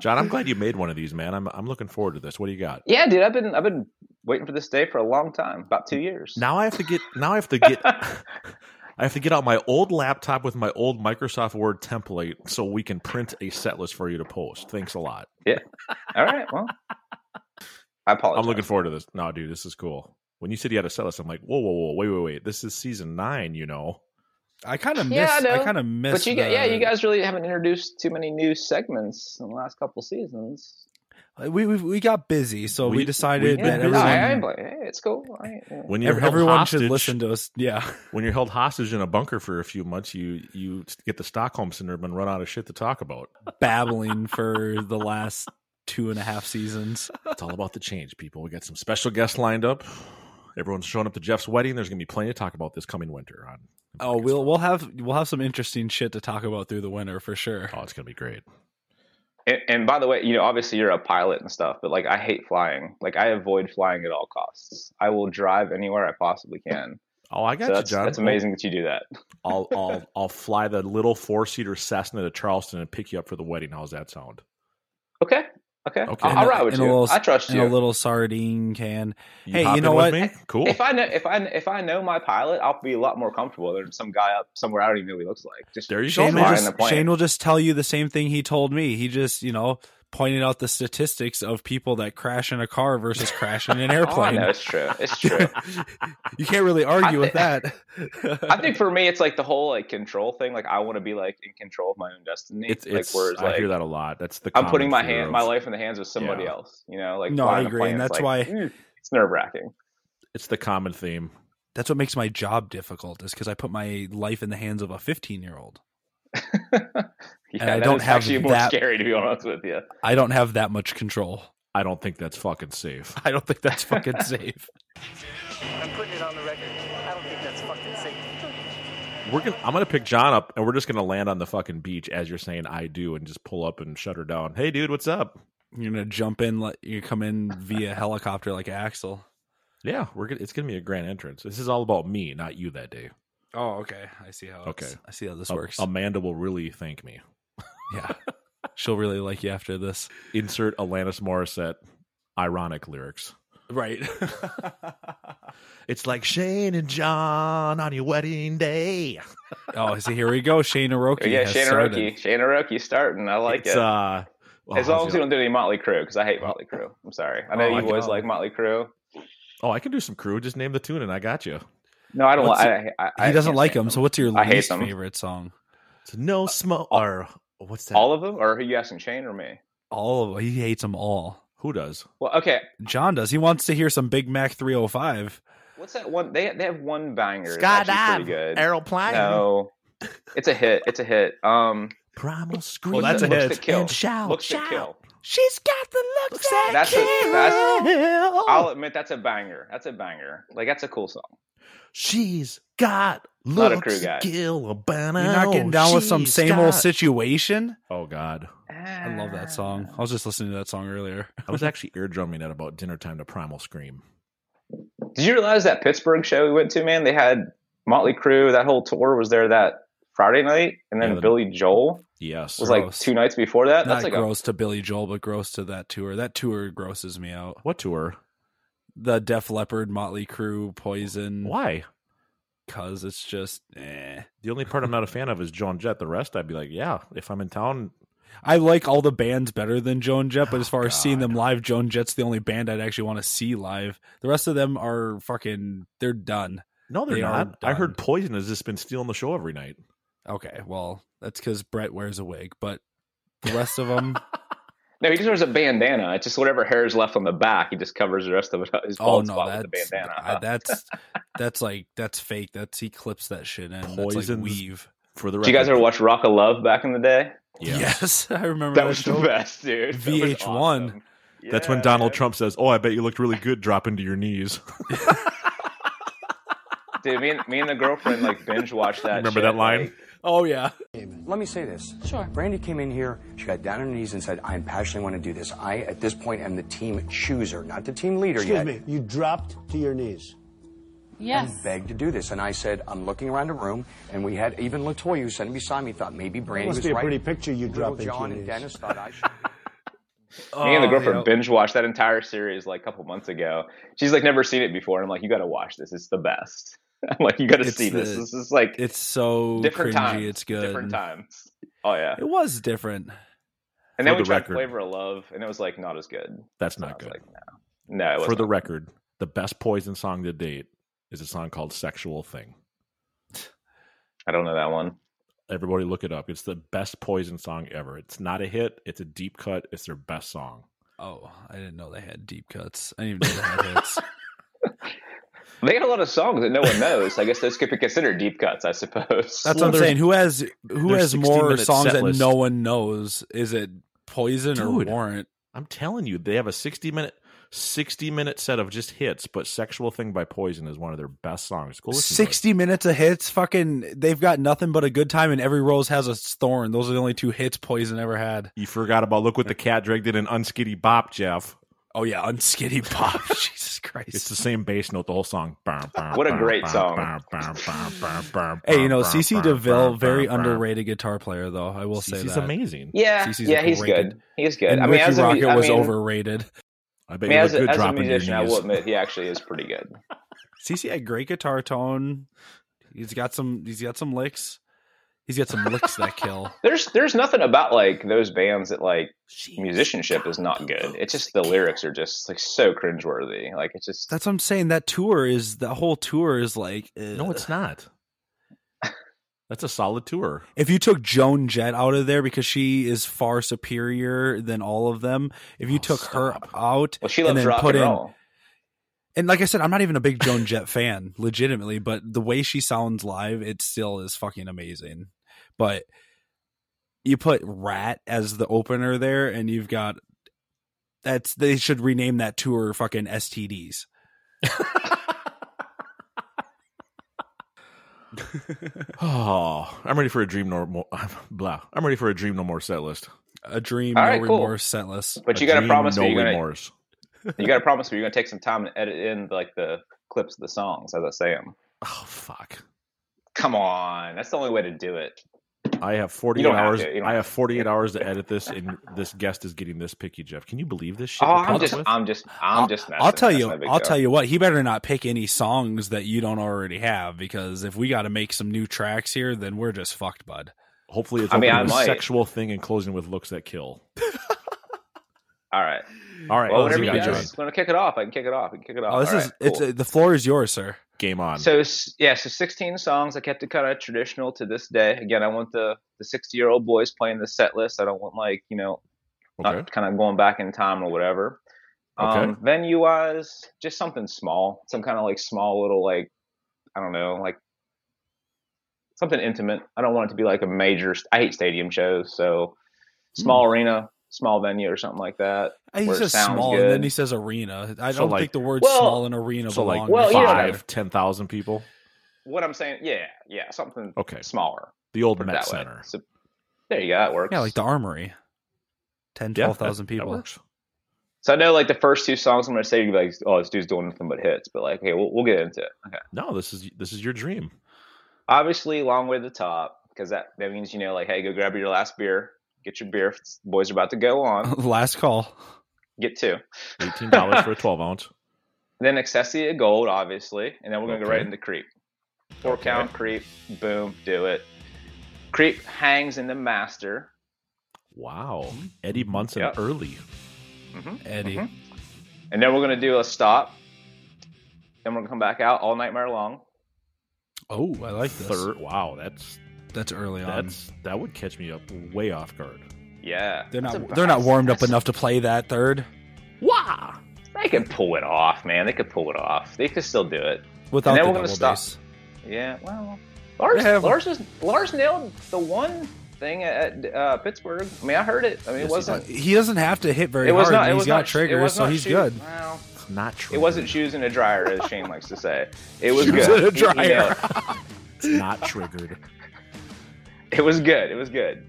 Speaker 16: John, I'm glad you made one of these, man. I'm I'm looking forward to this. What do you got?
Speaker 1: Yeah, dude, I've been I've been waiting for this day for a long time, about two years.
Speaker 16: Now I have to get now I have to get I have to get out my old laptop with my old Microsoft Word template so we can print a set list for you to post. Thanks a lot.
Speaker 1: Yeah. All right. Well, I apologize.
Speaker 16: I'm looking forward to this. No, dude, this is cool. When you said you had a set list, I'm like, whoa, whoa, whoa, wait, wait, wait. This is season nine, you know.
Speaker 17: I kind of miss. Yeah, I, I kind of miss.
Speaker 1: But you, the, yeah, you
Speaker 17: uh,
Speaker 1: guys really haven't introduced too many new segments in the last couple seasons.
Speaker 17: We, we we got busy, so we, we decided we, that
Speaker 1: yeah, everyone. Hey, it's cool. I, yeah.
Speaker 16: When you're
Speaker 17: everyone
Speaker 16: hostage,
Speaker 17: should listen to us. Yeah.
Speaker 16: When you're held hostage in a bunker for a few months, you you get the Stockholm syndrome and run out of shit to talk about.
Speaker 17: Babbling for the last two and a half seasons.
Speaker 16: It's all about the change, people. We got some special guests lined up. Everyone's showing up to Jeff's wedding. There's going to be plenty to talk about this coming winter on
Speaker 17: Oh, we'll we'll have we'll have some interesting shit to talk about through the winter for sure.
Speaker 16: Oh, it's gonna be great.
Speaker 1: And, and, by the way, you know, obviously you're a pilot and stuff, but like I hate flying. Like I avoid flying at all costs. I will drive anywhere I possibly can.
Speaker 16: Oh, I got
Speaker 1: so
Speaker 16: you,
Speaker 1: that's,
Speaker 16: John.
Speaker 1: That's amazing that you do that.
Speaker 16: I'll I'll I'll fly the little four seater Cessna to Charleston and pick you up for the wedding. How's that sound?
Speaker 1: Okay. Okay. okay. I'll, I'll ride with you. Little, I trust you.
Speaker 17: a little sardine can. You hey, you know what? Me?
Speaker 16: Cool.
Speaker 1: If I know if I if I know my pilot, I'll be a lot more comfortable than some guy up somewhere I don't even know he looks like. Just
Speaker 16: there you go.
Speaker 17: Shane Will just, Shane will just tell you the same thing he told me. He just you know pointed out the statistics of people that crash in a car versus crashing an airplane.
Speaker 1: oh, no, it's true. It's true.
Speaker 17: you can't really argue th- with that.
Speaker 1: I think for me, it's like the whole like control thing. Like I want to be like in control of my own destiny.
Speaker 16: It's,
Speaker 1: like,
Speaker 16: it's whereas, like, I hear that a lot. That's the
Speaker 1: I'm putting my hand, of... my life in the hands of somebody yeah. else. You know, like
Speaker 17: no, I agree, and that's
Speaker 1: like, hmm,
Speaker 17: why
Speaker 1: it's nerve wracking.
Speaker 16: It's the common theme.
Speaker 17: That's what makes my job difficult is because I put my life in the hands of a 15 year old.
Speaker 1: Yeah, and I don't have actually more that, scary to be honest with you.
Speaker 17: I don't have that much control.
Speaker 16: I don't think that's fucking safe.
Speaker 17: I don't think that's fucking safe.
Speaker 12: I'm putting it on the record. I don't think that's fucking safe.
Speaker 16: We're gonna, I'm gonna pick John up, and we're just gonna land on the fucking beach as you're saying "I do," and just pull up and shut her down. Hey, dude, what's up?
Speaker 17: You're gonna jump in, let you come in via helicopter like Axel.
Speaker 16: Yeah, we're gonna, it's gonna be a grand entrance. This is all about me, not you that day.
Speaker 17: Oh, okay. I see how. Okay, I see how this a- works.
Speaker 16: Amanda will really thank me.
Speaker 17: yeah. She'll really like you after this.
Speaker 16: Insert Alanis Morissette ironic lyrics.
Speaker 17: Right.
Speaker 16: it's like Shane and John on your wedding day.
Speaker 17: oh, see, here we go. Shane Aroki.
Speaker 1: Yeah, Shane Aroki. Shane Aroki starting. I like it's, it. Uh,
Speaker 16: oh,
Speaker 1: well, as long as you don't do any Motley Crue, because I hate Motley Crue. I'm sorry. I know oh, you I always know. like Motley Crue.
Speaker 16: Oh, I can do some Crue. Just name the tune and I got you.
Speaker 1: No, I don't. I, I, I,
Speaker 17: he doesn't like him.
Speaker 1: Them.
Speaker 17: So what's your least favorite song?
Speaker 16: It's no smoke. Uh, or what's that?
Speaker 1: All of them, or are you asking Shane or me?
Speaker 17: All of them. He hates them all.
Speaker 16: Who does?
Speaker 1: Well, okay.
Speaker 17: John does. He wants to hear some Big Mac 305.
Speaker 1: What's that one? They they have one banger. Skydive. good.
Speaker 16: Aeroplane.
Speaker 1: No, it's a hit. It's a hit. Um.
Speaker 16: Primal scream. Well,
Speaker 17: that's a hit.
Speaker 1: kill. And shout, looks shout. kill.
Speaker 16: She's got the looks that
Speaker 1: that's
Speaker 16: kill.
Speaker 1: A, that's, I'll admit that's a banger. That's a banger. Like that's a cool song.
Speaker 16: She's got
Speaker 1: Not a crew guy.
Speaker 16: You're
Speaker 17: not getting down She's with some same got... Ah. old situation.
Speaker 16: Oh God,
Speaker 1: Ah.
Speaker 17: I love that song. I was just listening to that song earlier.
Speaker 16: I was actually eardrumming at about dinner time to Primal Scream.
Speaker 1: Did you realize that Pittsburgh show we went to, man? They had Motley Crue. That whole tour was there that Friday night, and then yeah, Billy Joel.
Speaker 16: Yes,
Speaker 1: was gross. like two nights before that.
Speaker 17: Not
Speaker 1: That's like
Speaker 17: gross
Speaker 1: a...
Speaker 17: to Billy Joel, but gross to that tour. That tour grosses me out.
Speaker 16: What tour?
Speaker 17: The Def Leppard, Motley Crue, Poison.
Speaker 16: Why?
Speaker 17: Cause it's just eh.
Speaker 16: The only part I'm not a fan of is Joan Jett. The rest, I'd be like, yeah, if I'm in town.
Speaker 17: I like all the bands better than Joan Jett, but as far oh, as seeing them live, Joan Jett's the only band I'd actually want to see live. The rest of them are fucking, they're done.
Speaker 16: No, they're they not. I heard Poison has just been stealing the show every night.
Speaker 17: Okay, well, that's because Brett wears a wig, but the rest of oh, them.
Speaker 1: no, he just wears a bandana. It's just whatever hair is left on the back, he just covers the rest of it. His bald oh, no, spot that's, with a bandana.
Speaker 17: I, uh, that's that's like that's fake. That's he clips that shit in. Poison like weave
Speaker 16: for the.
Speaker 1: Did you guys ever watch Rock of Love back in the day?
Speaker 17: Yeah. Yes, I remember.
Speaker 1: That, that was show. the best, dude.
Speaker 17: VH1. That awesome.
Speaker 16: yeah. That's when Donald Trump says, "Oh, I bet you looked really good dropping to your knees."
Speaker 1: dude, me and, me and the girlfriend like binge watched that.
Speaker 16: Remember
Speaker 1: shit,
Speaker 16: that line?
Speaker 1: Like,
Speaker 17: Oh yeah.
Speaker 18: Let me say this.
Speaker 19: Sure.
Speaker 18: Brandy came in here. She got down on her knees and said, "I passionately want to do this. I, at this point, am the team chooser, not the team leader
Speaker 19: Excuse
Speaker 18: yet."
Speaker 19: me. You dropped to your knees.
Speaker 18: Yes. And begged to do this, and I said, "I'm looking around the room, and we had even Latoya, who sitting beside me, thought maybe Brandy
Speaker 19: must
Speaker 18: was
Speaker 19: be a
Speaker 18: right.
Speaker 19: pretty picture you dropped
Speaker 18: Little John
Speaker 19: and
Speaker 18: knees. Dennis thought I should.
Speaker 1: Me and the girlfriend oh, yeah. binge watched that entire series like a couple months ago. She's like never seen it before. And I'm like, you got to watch this. It's the best. I'm like, you got to see the, this. This is like
Speaker 17: it's so
Speaker 1: different
Speaker 17: cringy.
Speaker 1: Times,
Speaker 17: it's good.
Speaker 1: Different times. Oh yeah,
Speaker 17: it was different.
Speaker 1: And then For we the tried record. Flavor of Love, and it was like not as good.
Speaker 16: That's so not good.
Speaker 1: Like, no, no.
Speaker 16: For the record, the best Poison song to date is a song called "Sexual Thing."
Speaker 1: I don't know that one.
Speaker 16: Everybody, look it up. It's the best Poison song ever. It's not a hit. It's a deep cut. It's their best song.
Speaker 17: Oh, I didn't know they had deep cuts. I didn't even know they had hits.
Speaker 1: They had a lot of songs that no one knows. I guess those could be considered deep cuts, I suppose.
Speaker 17: That's well, what I'm saying. Who has who has more songs that list. no one knows? Is it Poison Dude, or Warrant?
Speaker 16: I'm telling you, they have a 60 minute 60 minute set of just hits, but "Sexual Thing" by Poison is one of their best songs. Go
Speaker 17: 60 minutes of hits, fucking. They've got nothing but a good time, and every rose has a thorn. Those are the only two hits Poison ever had.
Speaker 16: You forgot about "Look What the Cat Dragged In" and "Unskitty Bop," Jeff.
Speaker 17: Oh yeah, unskitty pop. Jesus Christ!
Speaker 16: It's the same bass note the whole song.
Speaker 1: what a great song!
Speaker 17: hey, you know CC DeVille, very underrated guitar player, though. I will
Speaker 16: CeCe's
Speaker 17: say that
Speaker 16: he's amazing.
Speaker 1: Yeah,
Speaker 17: CeCe's
Speaker 1: yeah, he's good. He's good.
Speaker 17: And
Speaker 1: I mean,
Speaker 17: Ricky
Speaker 1: as
Speaker 17: Rocket
Speaker 1: a, I
Speaker 17: was
Speaker 1: mean,
Speaker 17: overrated.
Speaker 16: I bet I mean, you
Speaker 1: as,
Speaker 16: good
Speaker 1: as a
Speaker 16: dropping
Speaker 1: musician,
Speaker 16: your
Speaker 1: I
Speaker 16: knees.
Speaker 1: will admit he actually is pretty good.
Speaker 17: CC had great guitar tone. He's got some. He's got some licks. He's got some licks that kill.
Speaker 1: There's there's nothing about like those bands that like Jeez, musicianship is not good. It's just the lyrics are just like so cringeworthy. Like it's just
Speaker 17: that's what I'm saying. That tour is the whole tour is like uh, ugh.
Speaker 16: no, it's not. That's a solid tour.
Speaker 17: If you took Joan Jett out of there because she is far superior than all of them, if you oh, took
Speaker 16: stop.
Speaker 17: her out
Speaker 1: well, she
Speaker 17: and
Speaker 1: loves
Speaker 17: then
Speaker 1: rock
Speaker 17: put
Speaker 1: and
Speaker 17: in
Speaker 1: roll.
Speaker 17: and like I said, I'm not even a big Joan Jett fan, legitimately, but the way she sounds live, it still is fucking amazing. But you put Rat as the opener there, and you've got that's they should rename that tour fucking STDs.
Speaker 16: oh, I'm ready for a dream no more. Blah, I'm ready for a dream no more set list.
Speaker 17: A dream
Speaker 1: All right,
Speaker 17: no
Speaker 1: cool.
Speaker 17: remorse set list.
Speaker 1: But
Speaker 16: A
Speaker 1: you got to
Speaker 16: dream,
Speaker 1: promise
Speaker 16: no
Speaker 1: me you're gonna,
Speaker 16: remorse.
Speaker 1: you got to promise me you're gonna take some time and edit in like the clips of the songs as I say them.
Speaker 16: Oh fuck!
Speaker 1: Come on, that's the only way to do it.
Speaker 16: I have
Speaker 1: You
Speaker 16: 48
Speaker 1: don't have
Speaker 16: hours.
Speaker 1: to, you don't
Speaker 16: I
Speaker 1: have
Speaker 16: have
Speaker 1: to.
Speaker 16: 48 hours to edit this, and this guest is getting this picky. Jeff, can you believe this shit?
Speaker 1: Oh,
Speaker 16: we're coming
Speaker 1: I'm
Speaker 16: up
Speaker 1: just,
Speaker 16: with?
Speaker 1: I'm just, I'm just.
Speaker 17: I'll tell
Speaker 1: messing.
Speaker 17: you.
Speaker 1: That's my big
Speaker 17: I'll
Speaker 1: deal.
Speaker 17: tell you what. He better not pick any songs that you don't already have because if we got to make some new tracks here, then we're just fucked, bud.
Speaker 16: Hopefully, it's
Speaker 1: I mean,
Speaker 16: opening
Speaker 1: I
Speaker 16: with
Speaker 1: might.
Speaker 16: sexual thing and closing with looks that kill.
Speaker 1: All right.
Speaker 16: All right,
Speaker 1: Well,
Speaker 16: what else
Speaker 1: whatever
Speaker 16: you
Speaker 1: you
Speaker 16: got, John?
Speaker 1: guys want to kick it off, I can kick it off. I can kick it off.
Speaker 17: Oh, this
Speaker 1: All
Speaker 17: is
Speaker 1: right, cool.
Speaker 17: it's uh, the floor is yours, sir.
Speaker 16: Game on.
Speaker 1: So yeah, so 16 songs. I kept it kind of traditional to this day. Again, I want the the 60 year old boys playing the set list. I don't want like you know, okay. not kind of going back in time or whatever. Okay. Um, venue wise, just something small, some kind of like small little like I don't know, like something intimate. I don't want it to be like a major. I hate stadium shows, so
Speaker 16: Hmm.
Speaker 1: small mm. arena, small venue or something like that.
Speaker 17: He says small, good. and then he says arena. I so don't like, think the word
Speaker 1: well,
Speaker 17: small and arena
Speaker 16: so
Speaker 17: belong.
Speaker 16: Like well, five, yeah, ten thousand people.
Speaker 1: What I'm saying, yeah, yeah, something
Speaker 16: okay
Speaker 1: smaller.
Speaker 16: The old Met Center. So,
Speaker 1: there you go. That works.
Speaker 17: Yeah, like the Armory. 10, 12,000 yeah, people.
Speaker 1: So I know like the first two songs I'm gonna say you're like, oh, this dude's doing nothing but hits, but like, hey, we'll, we'll get into it. Okay.
Speaker 16: No, this is this is your dream.
Speaker 1: Obviously, long way to the top because that that means you know like, hey, go grab your last beer, get your beer. Boys are about to go on.
Speaker 17: last call.
Speaker 1: Get two.
Speaker 16: Eighteen dollars for a twelve ounce.
Speaker 1: Then Excessia Gold, obviously, and then we're gonna okay. go right into Creep. Four okay. count Creep, boom, do it. Creep hangs in the master.
Speaker 16: Wow, Eddie Munson yep. early.
Speaker 17: Mm-hmm. Eddie. Mm-hmm.
Speaker 1: And then we're gonna do a stop. Then we're gonna come back out all nightmare long.
Speaker 17: Oh, I like this.
Speaker 16: Third, wow, that's
Speaker 17: that's early on. That's,
Speaker 16: that would catch me up way off guard.
Speaker 1: Yeah,
Speaker 17: they're not they're not warmed up enough to play that third.
Speaker 1: Wow, they could pull it off, man. They could pull it off. They could still do it
Speaker 17: without. And then the we're gonna stop. Bass.
Speaker 1: Yeah, well, Lars yeah. Lars, was, Lars nailed the one thing at uh, Pittsburgh. I mean, I heard it. I mean, yes, it wasn't.
Speaker 17: Uh, He doesn't have to hit very it was hard. Not, it was he's not, got triggers, so he's shoot, good.
Speaker 1: Well,
Speaker 16: it's not true.
Speaker 1: It wasn't shoes in a dryer, as Shane likes to say. It was shoes good.
Speaker 17: in a dryer.
Speaker 16: it's not triggered.
Speaker 1: It was good. It was good.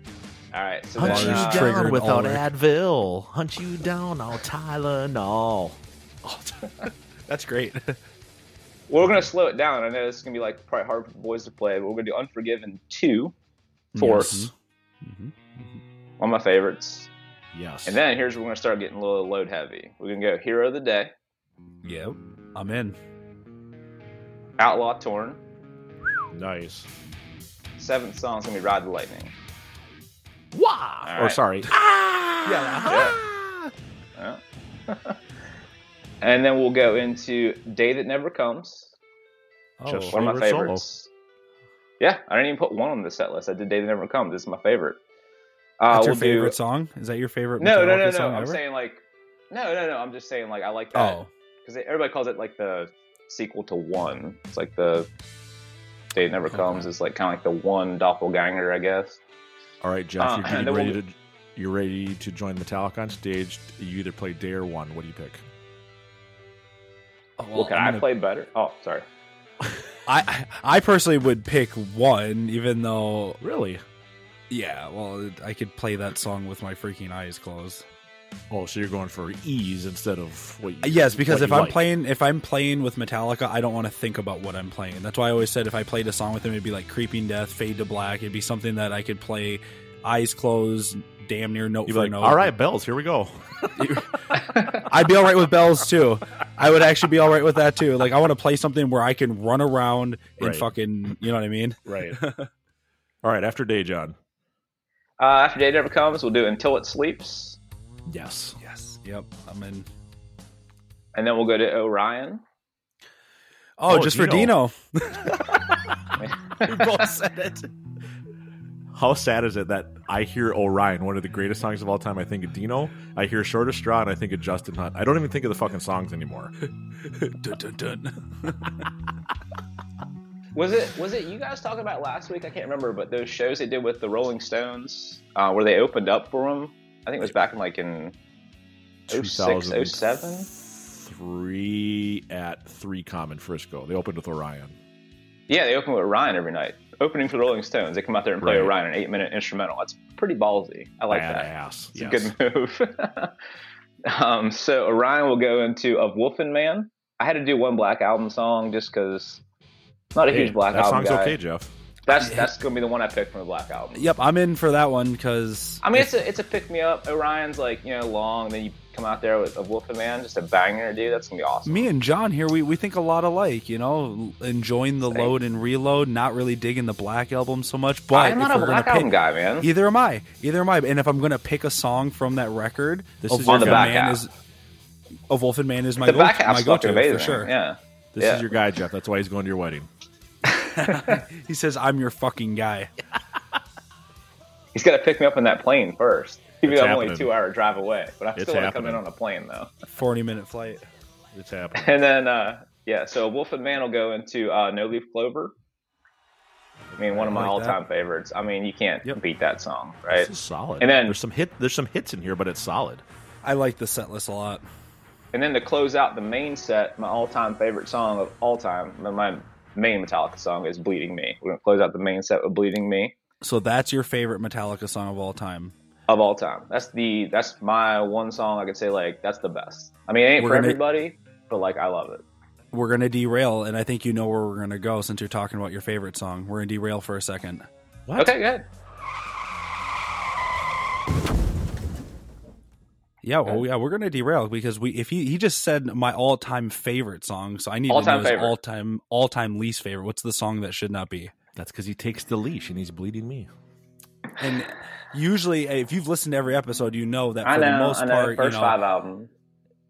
Speaker 1: All right. So
Speaker 16: Hunt then, you uh, down without Ulrich. Advil. Hunt you down all Tylenol.
Speaker 17: That's great.
Speaker 1: Well, we're gonna slow it down. I know this is gonna be like probably hard for the boys to play, but we're gonna do Unforgiven two, fourth. Yes. Mm-hmm. Mm-hmm. One of my favorites.
Speaker 16: Yes.
Speaker 1: And then here's where we're gonna start getting a little load heavy. We're gonna go Hero of the Day.
Speaker 17: Yep. I'm in.
Speaker 1: Outlaw Torn.
Speaker 16: Nice.
Speaker 1: Seventh song's gonna be Ride the Lightning.
Speaker 16: Wow. Right. Or sorry.
Speaker 1: Ah! Yeah. yeah. and then we'll go into Day That Never Comes.
Speaker 16: Oh, Just one of my favorites. Solo.
Speaker 1: Yeah, I didn't even put one on the set list. I did "Day That Never Comes." This is my favorite.
Speaker 17: Uh, That's your we'll favorite do... song? Is that your favorite?
Speaker 1: No, no, no, no. I'm ever? saying like, no, no, no. I'm just saying like I like that because oh. everybody calls it like the sequel to One. It's like the "Day That Never okay. Comes" is like kind of like the one doppelganger, I guess.
Speaker 16: All right, Jeff, uh, you're getting ready we'll... to you're ready to join Metallica on stage. You either play Day or One. What do you pick?
Speaker 1: Oh, well, well, can I'm I gonna... play better? Oh, sorry.
Speaker 17: I I personally would pick one, even though
Speaker 16: really,
Speaker 17: yeah. Well, I could play that song with my freaking eyes closed.
Speaker 16: Oh, so you're going for ease instead of what? You,
Speaker 17: yes, because if I'm like. playing if I'm playing with Metallica, I don't want to think about what I'm playing. That's why I always said if I played a song with them, it'd be like Creeping Death, Fade to Black. It'd be something that I could play eyes closed, damn near note
Speaker 16: You'd
Speaker 17: for
Speaker 16: like,
Speaker 17: note.
Speaker 16: All right, bells. Here we go.
Speaker 17: I'd be all right with bells too. I would actually be all right with that too. Like I want to play something where I can run around and
Speaker 16: right.
Speaker 17: fucking, you know what I mean?
Speaker 16: Right. all right. After day, John.
Speaker 1: Uh, after day never comes, we'll do until it sleeps.
Speaker 16: Yes.
Speaker 17: Yes. Yep. I'm in.
Speaker 1: And then we'll go to Orion.
Speaker 17: Oh, oh just Dino. for Dino. we both said it.
Speaker 16: How sad is it that I hear Orion, one of the greatest songs of all time. I think of Dino. I hear Shortest Straw, and I think of Justin Hunt. I don't even think of the fucking songs anymore.
Speaker 17: dun, dun, dun.
Speaker 1: was it was it you guys talking about last week? I can't remember, but those shows they did with the Rolling Stones, uh, where they opened up for them. I think it was back in like in 06, 07?
Speaker 16: Three at Three Common Frisco. They opened with Orion.
Speaker 1: Yeah, they open with Orion every night opening for the Rolling Stones. They come out there and play right. Orion, an eight minute instrumental. That's pretty ballsy. I like that.
Speaker 16: Badass.
Speaker 1: It's yes. a good move. um, so Orion will go into Of Wolf and Man. I had to do one Black Album song just because not a hey, huge Black
Speaker 16: that
Speaker 1: Album.
Speaker 16: That song's
Speaker 1: guy.
Speaker 16: okay, Jeff.
Speaker 1: That's that's gonna be the one I picked from the Black Album.
Speaker 17: Yep, I'm in for that one because
Speaker 1: I mean it's, a it's a pick me up. Orion's like you know long, then you come out there with a Wolf and Man, just a banger, dude. That's gonna be awesome.
Speaker 17: Me and John here, we we think a lot alike. You know, enjoying the Thanks. load and reload, not really digging the Black Album so much. But
Speaker 1: I'm not a Black
Speaker 17: pick,
Speaker 1: Album guy, man.
Speaker 17: Either am I. Either am I. And if I'm gonna pick a song from that record, this
Speaker 1: of
Speaker 17: is
Speaker 1: Oh, on
Speaker 17: your
Speaker 1: the back Man
Speaker 17: half. is of Wolf and Man is my
Speaker 1: the
Speaker 17: go,
Speaker 1: back half
Speaker 17: my go-to
Speaker 1: amazing.
Speaker 17: for sure.
Speaker 1: Yeah.
Speaker 16: This yeah. is your guy, Jeff. That's why he's going to your wedding.
Speaker 17: he says, "I'm your fucking guy."
Speaker 1: he's got to pick me up on that plane first. Even though I'm only two hour drive away, but I still it's want to happening. come in on a plane though.
Speaker 17: Forty minute flight.
Speaker 16: It's happening.
Speaker 1: And then uh, yeah, so Wolf and Man will go into uh, No Leaf Clover. I mean, one I of my like all time favorites. I mean, you can't yep. beat that song, right?
Speaker 16: solid.
Speaker 1: And then
Speaker 16: there's some hit. There's some hits in here, but it's solid.
Speaker 17: I like the set list a lot.
Speaker 1: And then to close out the main set, my all time favorite song of all time, my main Metallica song is "Bleeding Me." We're gonna close out the main set with "Bleeding Me."
Speaker 17: So that's your favorite Metallica song of all time.
Speaker 1: Of all time, that's the that's my one song I could say like that's the best. I mean, it ain't we're for gonna, everybody, but like I love it.
Speaker 17: We're gonna derail, and I think you know where we're gonna go since you're talking about your favorite song. We're gonna derail for a second.
Speaker 1: What? Okay, good.
Speaker 17: Yeah, oh yeah, we're gonna derail because we if he he just said my all time favorite song, so I need all-time to know all time all time least favorite. What's the song that should not be?
Speaker 16: That's because he takes the leash and he's bleeding me.
Speaker 17: And usually, if you've listened to every episode, you know that for I know, the most I know. part,
Speaker 1: first
Speaker 17: you know,
Speaker 1: five album.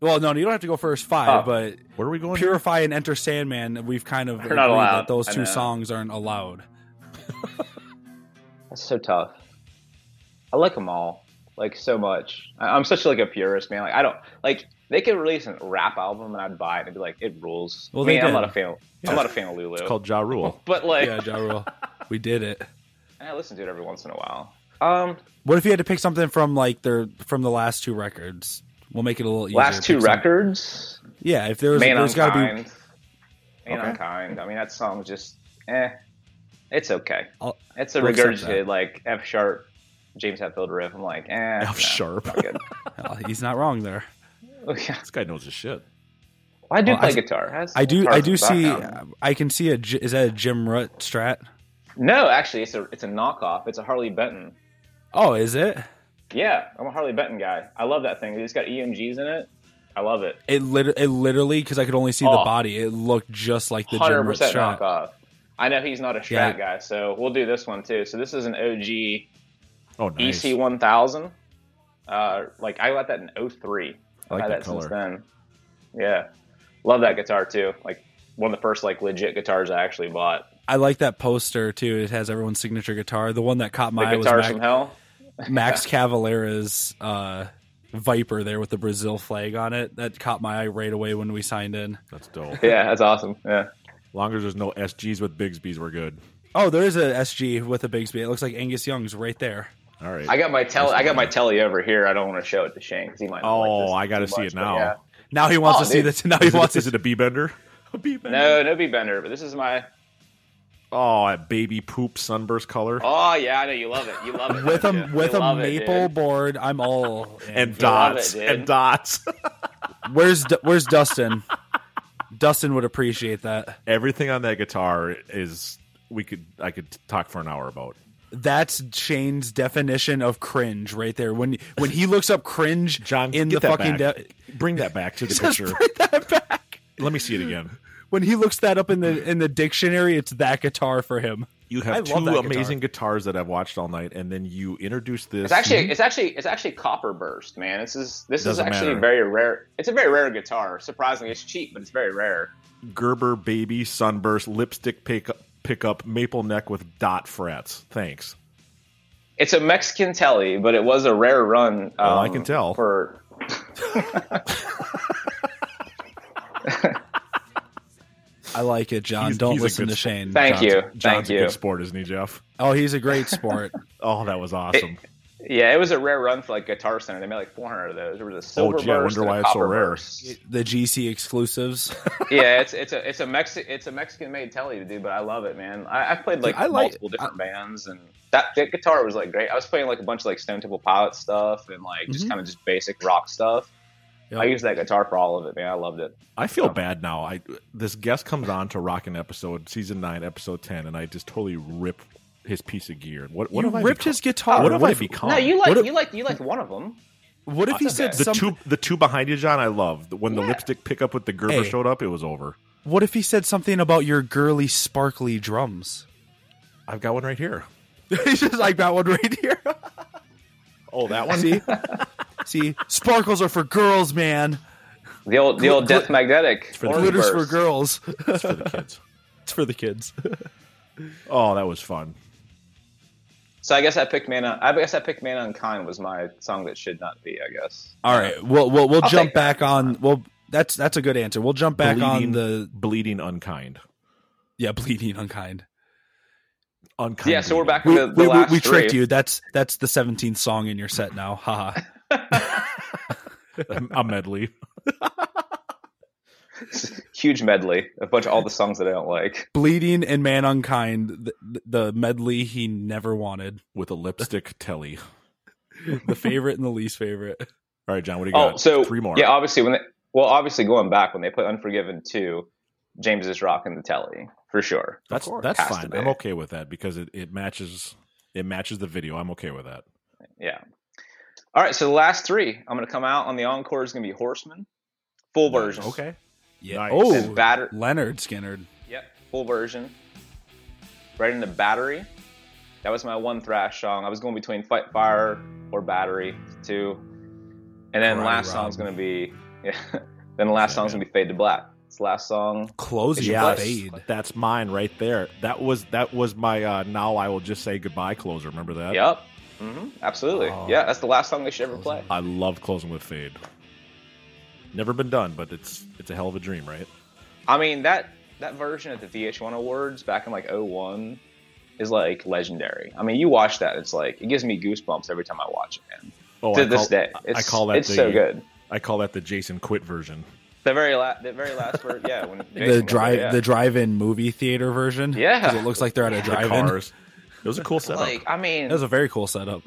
Speaker 17: Well, no, you don't have to go first five, oh. but
Speaker 16: where are we going?
Speaker 17: Purify and Enter Sandman. We've kind of agreed that those two songs aren't allowed.
Speaker 1: That's so tough. I like them all like so much. I'm such like a purist, man. Like I don't like they could release a rap album and I'd buy it and be like, it rules. Well, man, I'm not a fan. Yeah. I'm not a fan of Lulu.
Speaker 16: It's called Ja Rule.
Speaker 1: But like,
Speaker 17: yeah, Ja Rule. We did it.
Speaker 1: I listen to it every once in a while. Um,
Speaker 17: what if you had to pick something from like their from the last two records? We'll make it a little easier.
Speaker 1: Last two
Speaker 17: something.
Speaker 1: records.
Speaker 17: Yeah, if there's
Speaker 1: man,
Speaker 17: there's
Speaker 1: got
Speaker 17: to be
Speaker 1: man okay. unkind. I mean, that song just eh. It's okay. I'll, it's a we'll regurgitated like F sharp James Hetfield riff. I'm like, eh. F
Speaker 16: no, sharp.
Speaker 1: Not
Speaker 17: well, he's not wrong there.
Speaker 1: Oh, yeah.
Speaker 16: This guy knows his shit.
Speaker 1: Well, I do well, play I, guitar.
Speaker 17: I do. I do see. I can see a. Is that a Jim Rutt Strat?
Speaker 1: No, actually, it's a it's a knockoff. It's a Harley Benton.
Speaker 17: Oh, is it?
Speaker 1: Yeah, I'm a Harley Benton guy. I love that thing. It's got EMGs in it. I love it.
Speaker 17: It, lit- it literally because I could only see oh, the body. It looked just like the 100% Jim Rutt Strat.
Speaker 1: knockoff. I know he's not a Strat yeah. guy, so we'll do this one too. So this is an OG
Speaker 16: Oh, nice.
Speaker 1: EC E one thousand. Uh, like I got that in 03.
Speaker 16: I like
Speaker 1: had
Speaker 16: that,
Speaker 1: that since then. Yeah, love that guitar too. Like one of the first like legit guitars I actually bought.
Speaker 17: I like that poster too. It has everyone's signature guitar. The one that caught my
Speaker 1: the
Speaker 17: eye was
Speaker 1: Max, from Hell.
Speaker 17: Max Cavalera's uh, Viper there with the Brazil flag on it. That caught my eye right away when we signed in.
Speaker 16: That's dope.
Speaker 1: yeah, that's awesome. Yeah.
Speaker 16: Long as there's no SGs with Bigsby's, we're good.
Speaker 17: Oh, there is a SG with a Bigsby. It looks like Angus Young's right there.
Speaker 16: All right.
Speaker 1: I got my telly. I got my telly over here. I don't want to show it to Shane because he might.
Speaker 16: oh,
Speaker 1: like
Speaker 16: I got to see
Speaker 1: much,
Speaker 16: it now. Yeah.
Speaker 17: Now he wants oh, to dude. see the. Now he
Speaker 16: is
Speaker 17: wants.
Speaker 16: It, is it a B bender?
Speaker 1: A B bender. No, no B bender. But this is my.
Speaker 16: Oh, a baby poop sunburst color.
Speaker 1: Oh yeah, I know you love it. You love it
Speaker 17: with
Speaker 1: a
Speaker 17: you? with
Speaker 1: you
Speaker 17: a
Speaker 1: it,
Speaker 17: maple dude. board. I'm all
Speaker 16: and dots it, and dots.
Speaker 17: where's D- where's Dustin? Dustin would appreciate that.
Speaker 16: Everything on that guitar is we could I could talk for an hour about
Speaker 17: that's Shane's definition of cringe right there. When when he looks up cringe,
Speaker 16: John,
Speaker 17: in the fucking
Speaker 16: de- bring that back to the picture.
Speaker 17: Bring that back.
Speaker 16: Let me see it again.
Speaker 17: When he looks that up in the in the dictionary, it's that guitar for him.
Speaker 16: You have I two amazing guitar. guitars that I've watched all night, and then you introduce this.
Speaker 1: It's actually it's actually it's actually Copper Burst, man. This is this Doesn't is actually matter. very rare. It's a very rare guitar. Surprisingly, it's cheap, but it's very rare.
Speaker 16: Gerber Baby Sunburst Lipstick Pickup pick up maple neck with dot frets. Thanks.
Speaker 1: It's a Mexican telly, but it was a rare run. Um,
Speaker 16: well, Oh, I can tell.
Speaker 1: For
Speaker 17: I like it, John. He's, Don't he's listen to Shane.
Speaker 1: Thank
Speaker 16: John's,
Speaker 1: you.
Speaker 16: John's
Speaker 1: Thank
Speaker 16: a
Speaker 1: you.
Speaker 16: Good sport, isn't he, Jeff?
Speaker 17: Oh, he's a great sport.
Speaker 16: oh, that was awesome.
Speaker 1: It, yeah, it was a rare run for like Guitar Center. They made like 400 of those. There was a silver
Speaker 16: oh, gee, I
Speaker 1: wonder
Speaker 16: why it's so rare.
Speaker 1: Burst.
Speaker 17: The GC exclusives.
Speaker 1: yeah, it's it's a it's a Mexi- it's a Mexican made telly to do, but I love it, man. I, have played like,
Speaker 17: Dude, I like
Speaker 1: multiple different I, bands, and that, that, guitar was like great. I was playing like a bunch of like Stone Temple Pilots stuff and like just mm-hmm. kind of just basic rock stuff. Yep. I used that guitar for all of it, man. I loved it.
Speaker 16: I feel um, bad now. I this guest comes on to rock an episode, season nine, episode ten, and I just totally rip his piece of gear. What what
Speaker 17: you
Speaker 16: have
Speaker 17: ripped
Speaker 16: I become?
Speaker 17: his guitar?
Speaker 16: What have
Speaker 17: what
Speaker 16: I become?
Speaker 1: No, you like you like you like one of them.
Speaker 17: What if he said
Speaker 16: the
Speaker 17: something?
Speaker 16: two the two behind you, John? I love when the yeah. lipstick pickup with the Gerber hey, showed up. It was over.
Speaker 17: What if he said something about your girly, sparkly drums?
Speaker 16: I've got one right here.
Speaker 17: He's just like that one right here.
Speaker 16: oh, that one.
Speaker 17: See, see, sparkles are for girls, man.
Speaker 1: The old, the old Death Magnetic.
Speaker 17: It's for the glitters for girls.
Speaker 16: it's for the kids.
Speaker 17: It's for the kids.
Speaker 16: oh, that was fun.
Speaker 1: So I guess I picked Man. On, I guess I picked Man on Kind was my song that should not be. I guess.
Speaker 17: All right. Well, we'll we'll I'll jump back that. on. Well, that's that's a good answer. We'll jump back
Speaker 16: bleeding,
Speaker 17: on the
Speaker 16: bleeding unkind.
Speaker 17: Yeah, bleeding unkind.
Speaker 16: Unkind.
Speaker 1: Yeah, so we're back to the, the we, last
Speaker 17: we, we tricked
Speaker 1: three.
Speaker 17: you. That's that's the seventeenth song in your set now. Haha.
Speaker 16: a medley.
Speaker 1: Huge medley. A bunch of all the songs that I don't like.
Speaker 17: Bleeding and Man Unkind, the, the medley he never wanted.
Speaker 16: With a lipstick telly.
Speaker 17: the favorite and the least favorite.
Speaker 16: All right, John, what do you oh, got?
Speaker 1: So,
Speaker 16: Three more.
Speaker 1: Yeah, obviously, when they, well, obviously, going back, when they put Unforgiven 2, James is rocking the telly for sure.
Speaker 16: That's that's Has fine. I'm okay with that because it, it matches it matches the video. I'm okay with that.
Speaker 1: Yeah. All right, so the last three, I'm going to come out on the encore is going to be Horseman, full version.
Speaker 17: Okay.
Speaker 16: Yeah.
Speaker 17: Nice. Oh, batter- Leonard Skinner.
Speaker 1: Yep, full version. Right into Battery. That was my one thrash song. I was going between Fight Fire or Battery, two. And then right, last right. song's going to be, yeah. then the last yeah, song's going to be Fade to Black. It's last song.
Speaker 16: Close yeah, fade. That's mine right there. That was that was my uh, now I will just say goodbye closer. Remember that?
Speaker 1: Yep. Mm-hmm. Absolutely. Oh, yeah, that's the last song they should ever play.
Speaker 16: I love closing with Fade. Never been done, but it's it's a hell of a dream, right?
Speaker 1: I mean that that version at the VH1 Awards back in like 01 is like legendary. I mean, you watch that, it's like it gives me goosebumps every time I watch it. Man. Oh, to I this
Speaker 16: call,
Speaker 1: day, it's,
Speaker 16: I call that
Speaker 1: it's
Speaker 16: the,
Speaker 1: so good.
Speaker 16: I call that the Jason Quit version.
Speaker 1: The very last, the very last word, yeah. When
Speaker 17: the drive,
Speaker 1: it, yeah.
Speaker 17: the drive-in movie theater version,
Speaker 1: yeah,
Speaker 17: because it looks like they're at a drive-in.
Speaker 16: It was a cool setup.
Speaker 1: Like, I mean,
Speaker 17: it was a very cool setup.